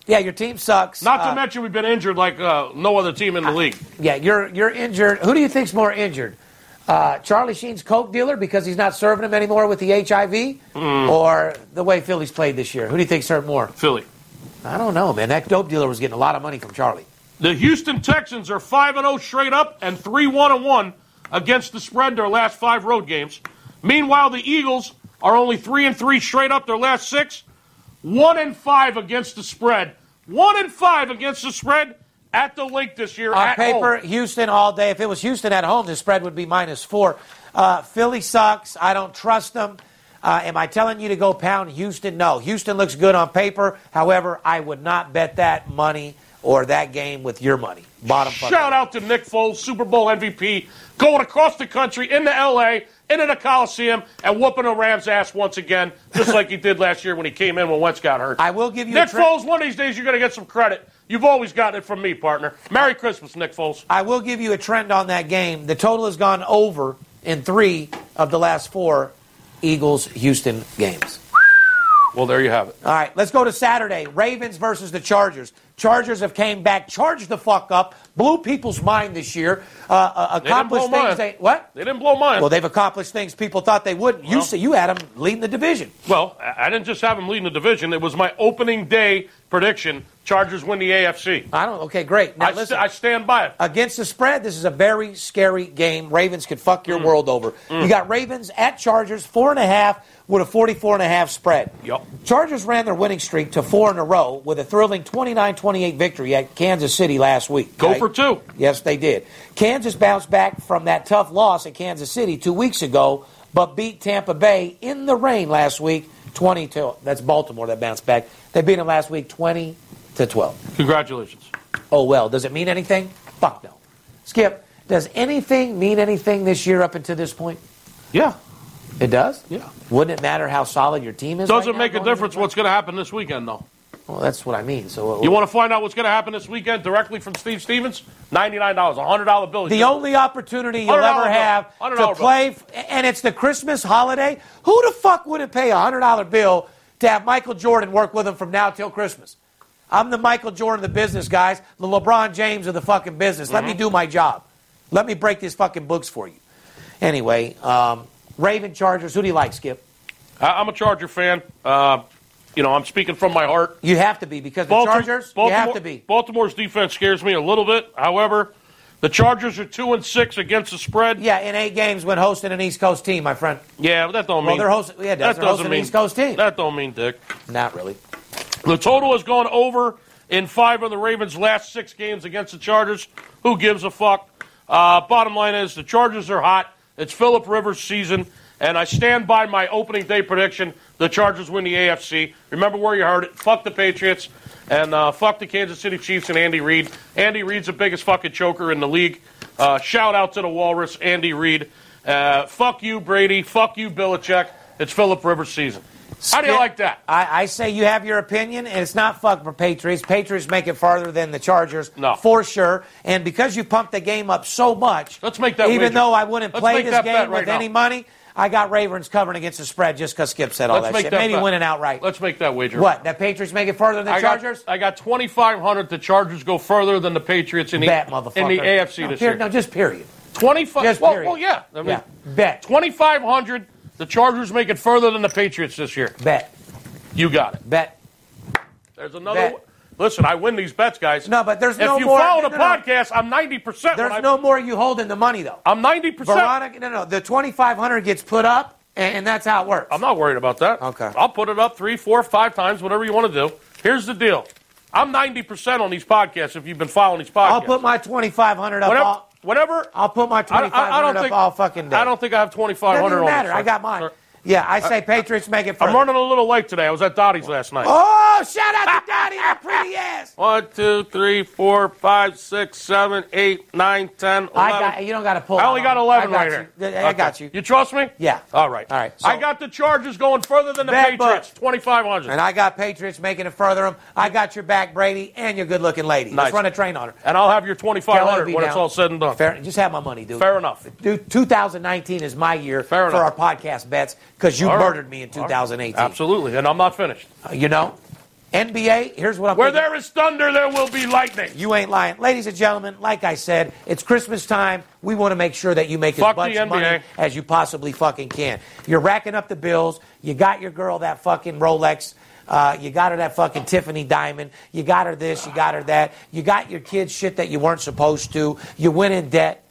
Yeah, your team sucks.
Not
Uh,
to mention we've been injured like uh, no other team in the league.
Yeah, you're you're injured. Who do you think's more injured? Uh, Charlie Sheen's coke dealer because he's not serving him anymore with the HIV,
Hmm.
or the way Philly's played this year. Who do you think's hurt more?
Philly.
I don't know, man. That dope dealer was getting a lot of money from Charlie.
The Houston Texans are 5 0 straight up and 3 1 1 against the spread their last five road games. Meanwhile, the Eagles are only 3 and 3 straight up their last six, 1 and 5 against the spread. 1 and 5 against the spread at the link this year.
On
at
Uh, paper,
home.
Houston all day. If it was Houston at home, the spread would be minus four. Uh, Philly sucks. I don't trust them. Uh, am I telling you to go pound Houston? No. Houston looks good on paper. However, I would not bet that money or that game with your money. Bottom fucking
Shout out to Nick Foles, Super Bowl MVP, going across the country into LA, into the Coliseum, and whooping a Rams' ass once again, just like he did last year when he came in when Wentz got hurt.
I will give you a
Nick
tra-
Foles. One of these days, you're going to get some credit. You've always gotten it from me, partner. Merry Christmas, Nick Foles.
I will give you a trend on that game. The total has gone over in three of the last four Eagles Houston games.
Well, there you have it.
All right, let's go to Saturday. Ravens versus the Chargers. Chargers have came back, charged the fuck up, blew people's mind this year, uh, uh,
didn't
accomplished
blow
things
mine.
they what?
They didn't blow mine.
Well,
Well,
they've accomplished things people thought they wouldn't. you
Well.
see, you had them leading the division.
I I didn't just have them leading the division. It was my opening day prediction. Chargers win the AFC.
I don't. Okay, great. Now
I,
listen,
st- I stand by it.
against the spread, this is a very scary game. Ravens could fuck
Mm.
your world over. You got Ravens at Chargers, four and a half with a 44 and a half spread.
Yup.
Chargers ran their winning streak to four in a row with a thrilling 29 28 victory at Kansas City last week.
Go
right?
for two.
Yes, they did. Kansas bounced back from that tough loss at Kansas City two weeks ago, but beat Tampa Bay in the rain last week 20 to. That's Baltimore that bounced back. They beat them last week 20 to 12
Congratulations.
oh well. Does it mean anything? Fuck no. Skip, does anything mean anything this year up until this point?
Yeah.
It does?
Yeah.
Wouldn't it matter how solid your team is?
Doesn't
right now
make a
going into
difference
the-
what's going to happen this weekend, though.
Well, that's what I mean. So
You want to find out what's going to happen this weekend directly from Steve Stevens? $99, $100 bill.
the only opportunity you'll
$100
ever
bill.
have
$100
to
bill.
play, f- and it's the Christmas holiday. Who the fuck wouldn't pay a hundred dollar bill to have Michael Jordan work with him from now till Christmas? I'm the Michael Jordan of the business, guys. The LeBron James of the fucking business. Let
Mm-hmm.
me do my job. Let me break these fucking books for you. Anyway, um, Raven Chargers. Who do you like, Skip?
I- I'm a Charger fan. Uh, you know, I'm speaking from my heart.
You have to be because the
Baltim-
Chargers. you have to be.
Baltimore's defense scares me a little bit. However, the Chargers are two and six against the spread.
Yeah, in eight games when hosting an East Coast team, my friend.
Yeah, but that don't
Well,
mean
they're hosting. Yeah, it does.
that
they're hosting
doesn't
an
mean
East Coast team.
That don't mean dick.
Not really.
The total has gone over in five of the Ravens' last six games against the Chargers. Who gives a fuck? Uh, bottom line is the Chargers are hot. It's Philip Rivers' season, and I stand by my opening day prediction: the Chargers win the AFC. Remember where you heard it. Fuck the Patriots, and uh, fuck the Kansas City Chiefs and Andy Reid. Andy Reid's the biggest fucking choker in the league. Uh, shout out to the Walrus, Andy Reid. Uh, fuck you, Brady. Fuck you, Belichick. It's Philip Rivers' season. How do you
Skip-
like that?
I, I say you have your opinion, and it's not fuck for Patriots. Patriots make it farther than the Chargers,
No.
for sure. And because you pumped the game up so much,
Let's make that
Even
wager.
though I wouldn't
Let's
play
make
this
that
game
bet right
with
now.
any money, I got Ravens covering against the spread just because Skip said all
Let's
that
make
shit.
that
Maybe
bet.
winning outright.
Let's make that wager.
what? That Patriots make it farther than the
I
Chargers?
Got, I got 2,500. The Chargers go further than the Patriots in the,
Bet, motherfucker.
in the AFC
no,
this
peri-
year.
No, just period.
25.
Just
well,
period.
well, yeah. I mean,
yeah. Bet.
2,500. The Chargers make it further than the Patriots this year.
bet.
You got it.
Bet.
There's another.
Bet.
Listen, I win these bets, guys.
No, but there's
if
no
you
more-
follow
no,
the
no, no.
podcast, I'm 90%. when I-
There's no more you holding the money though.
I'm 90%.
Veronica, no, no, the 2,500 gets put up, and, and that's how it works.
I'm not worried about that.
Okay.
I'll put it up three, four, five times, whatever you want to do. Here's the deal. I'm 90% on these podcasts if you've been following these podcasts.
I'll put my 2,500 up.
whatever,
I'll,
whatever
I'll put my
I, I,
2,500
I don't
up
think
all fucking day.
I don't think I have
Doesn't
2,500 on.
matter.
this,
I
sir.
got mine.
Sir.
Yeah, I say Patriots make it.
Uh, I'm
further.
running a little late today. I was at Dottie's last night.
Oh, shout out to Dottie, her pretty ass.
One, two, three, four, five, six, seven, eight, nine, ten, eleven.
I got. You don't got to pull.
I only got
mine.
11
I got
right here.
you. I I got
Okay.
you.
You trust me?
Yeah.
All right.
All right,
I
so-
got the Chargers going further than the
Bad
Patriots.
buck.
2,500.
And I got Patriots making it further 'em. I got your back, Brady, and your good-looking lady.
Nice.
Let's run a train on her.
And I'll have your
Kelly
2,500
be
when it's
down.
all said and done.
Fair, just have my money, dude.
Fair enough.
Dude, 2019 is my year
Fair
for
enough.
our podcast bets because you
All right.
murdered me in 2018.
Absolutely. And I'm not finished.
Uh, You know, NBA. Here's what I'm.
Where
thinking.
there is thunder, there will be lightning.
You ain't lying. Ladies and gentlemen, like I said, it's Christmas time. We want to make sure that you make
Fuck
as much
the NBA.
money as you possibly fucking can. You're racking up the bills. You got your girl that fucking Rolex. Uh, you got her that fucking Tiffany diamond. You got her this. You got her that. You got your kids shit that you weren't supposed to. You went in debt.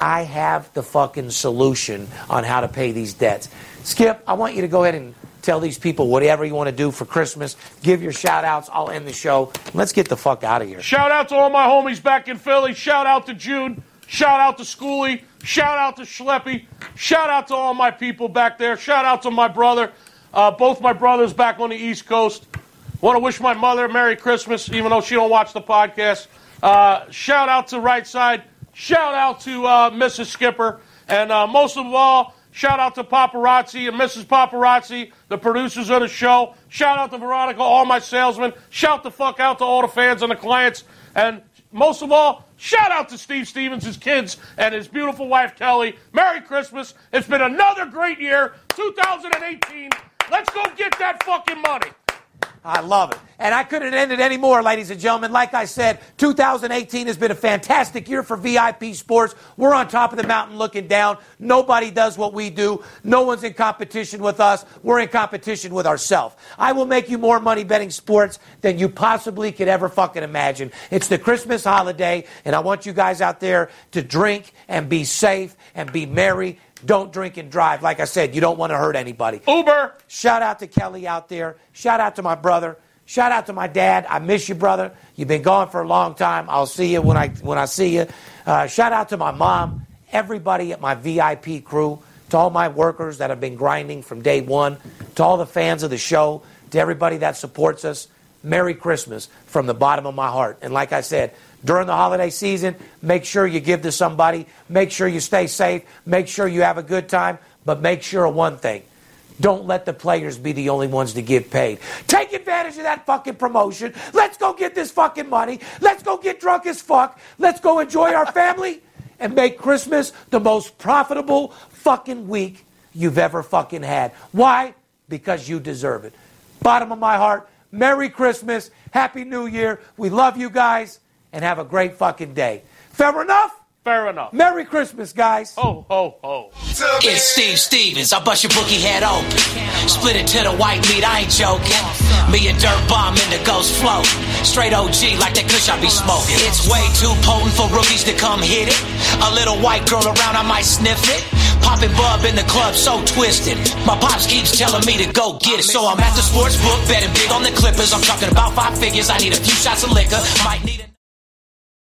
I have the fucking solution on how to pay these debts. Skip, I want you to go ahead and tell these people whatever you want to do for Christmas. Give your shout outs. I'll end the show. Let's get the fuck out of here.
Shout out to all my homies back in Philly. Shout out to Jude. Shout out to Schooley. Shout out to Schleppy. Shout out to all my people back there. Shout out to my brother. Uh, both my brothers back on the East Coast. Want to wish my mother a Merry Christmas, even though she don't watch the podcast. Uh, shout out to Right Side. Shout out to uh, Mrs. Skipper. And uh, most of all, shout out to Paparazzi and Mrs. Paparazzi, the producers of the show. Shout out to Veronica, all my salesmen. Shout the fuck out to all the fans and the clients. And most of all, shout out to Steve Stevens, his kids, and his beautiful wife, Kelly. Merry Christmas. It's been another great year, 2018. Let's go get that fucking money.
I love it. And I couldn't end it any more, ladies and gentlemen. Like I said, 2018 has been a fantastic year for VIP sports. We're on top of the mountain looking down. Nobody does what we do. No one's in competition with us. We're in competition with ourselves. I will make you more money betting sports than you possibly could ever fucking imagine. It's the Christmas holiday, and I want you guys out there to drink and be safe and be merry. Don't drink and drive. Like I said, you don't want to hurt anybody.
Uber.
Shout out to Kelly out there. Shout out to my brother. Shout out to my dad. I miss you, brother. You've been gone for a long time. I'll see you when I when I see you. Uh, shout out to my mom, everybody at my VIP crew, to all my workers that have been grinding from day one, to all the fans of the show, to everybody that supports us. Merry Christmas from the bottom of my heart. And like I said, during the holiday season, make sure you give to somebody. Make sure you stay safe. Make sure you have a good time. But make sure of one thing. Don't let the players be the only ones to get paid. Take advantage of that fucking promotion. Let's go get this fucking money. Let's go get drunk as fuck. Let's go enjoy our family and make Christmas the most profitable fucking week you've ever fucking had. Why? Because you deserve it. Bottom of my heart, Merry Christmas. Happy New Year. We love you guys and have a great fucking day. Fair enough?
Fair enough.
Merry Christmas, guys.
Oh, oh, oh.
It's Steve Stevens. I bust your bookie head open. Split it to the white meat, I ain't joking. Me and Dirt Bomb in the ghost float. Straight OG like that kush I be smoking. It's way too potent for rookies to come hit it. A little white girl around, I might sniff it. Popping bub in the club, so twisted. My pops keeps telling me to go get it. So I'm at the sports book, betting big on the Clippers. I'm talking about five figures. I need a few shots of liquor. Might need a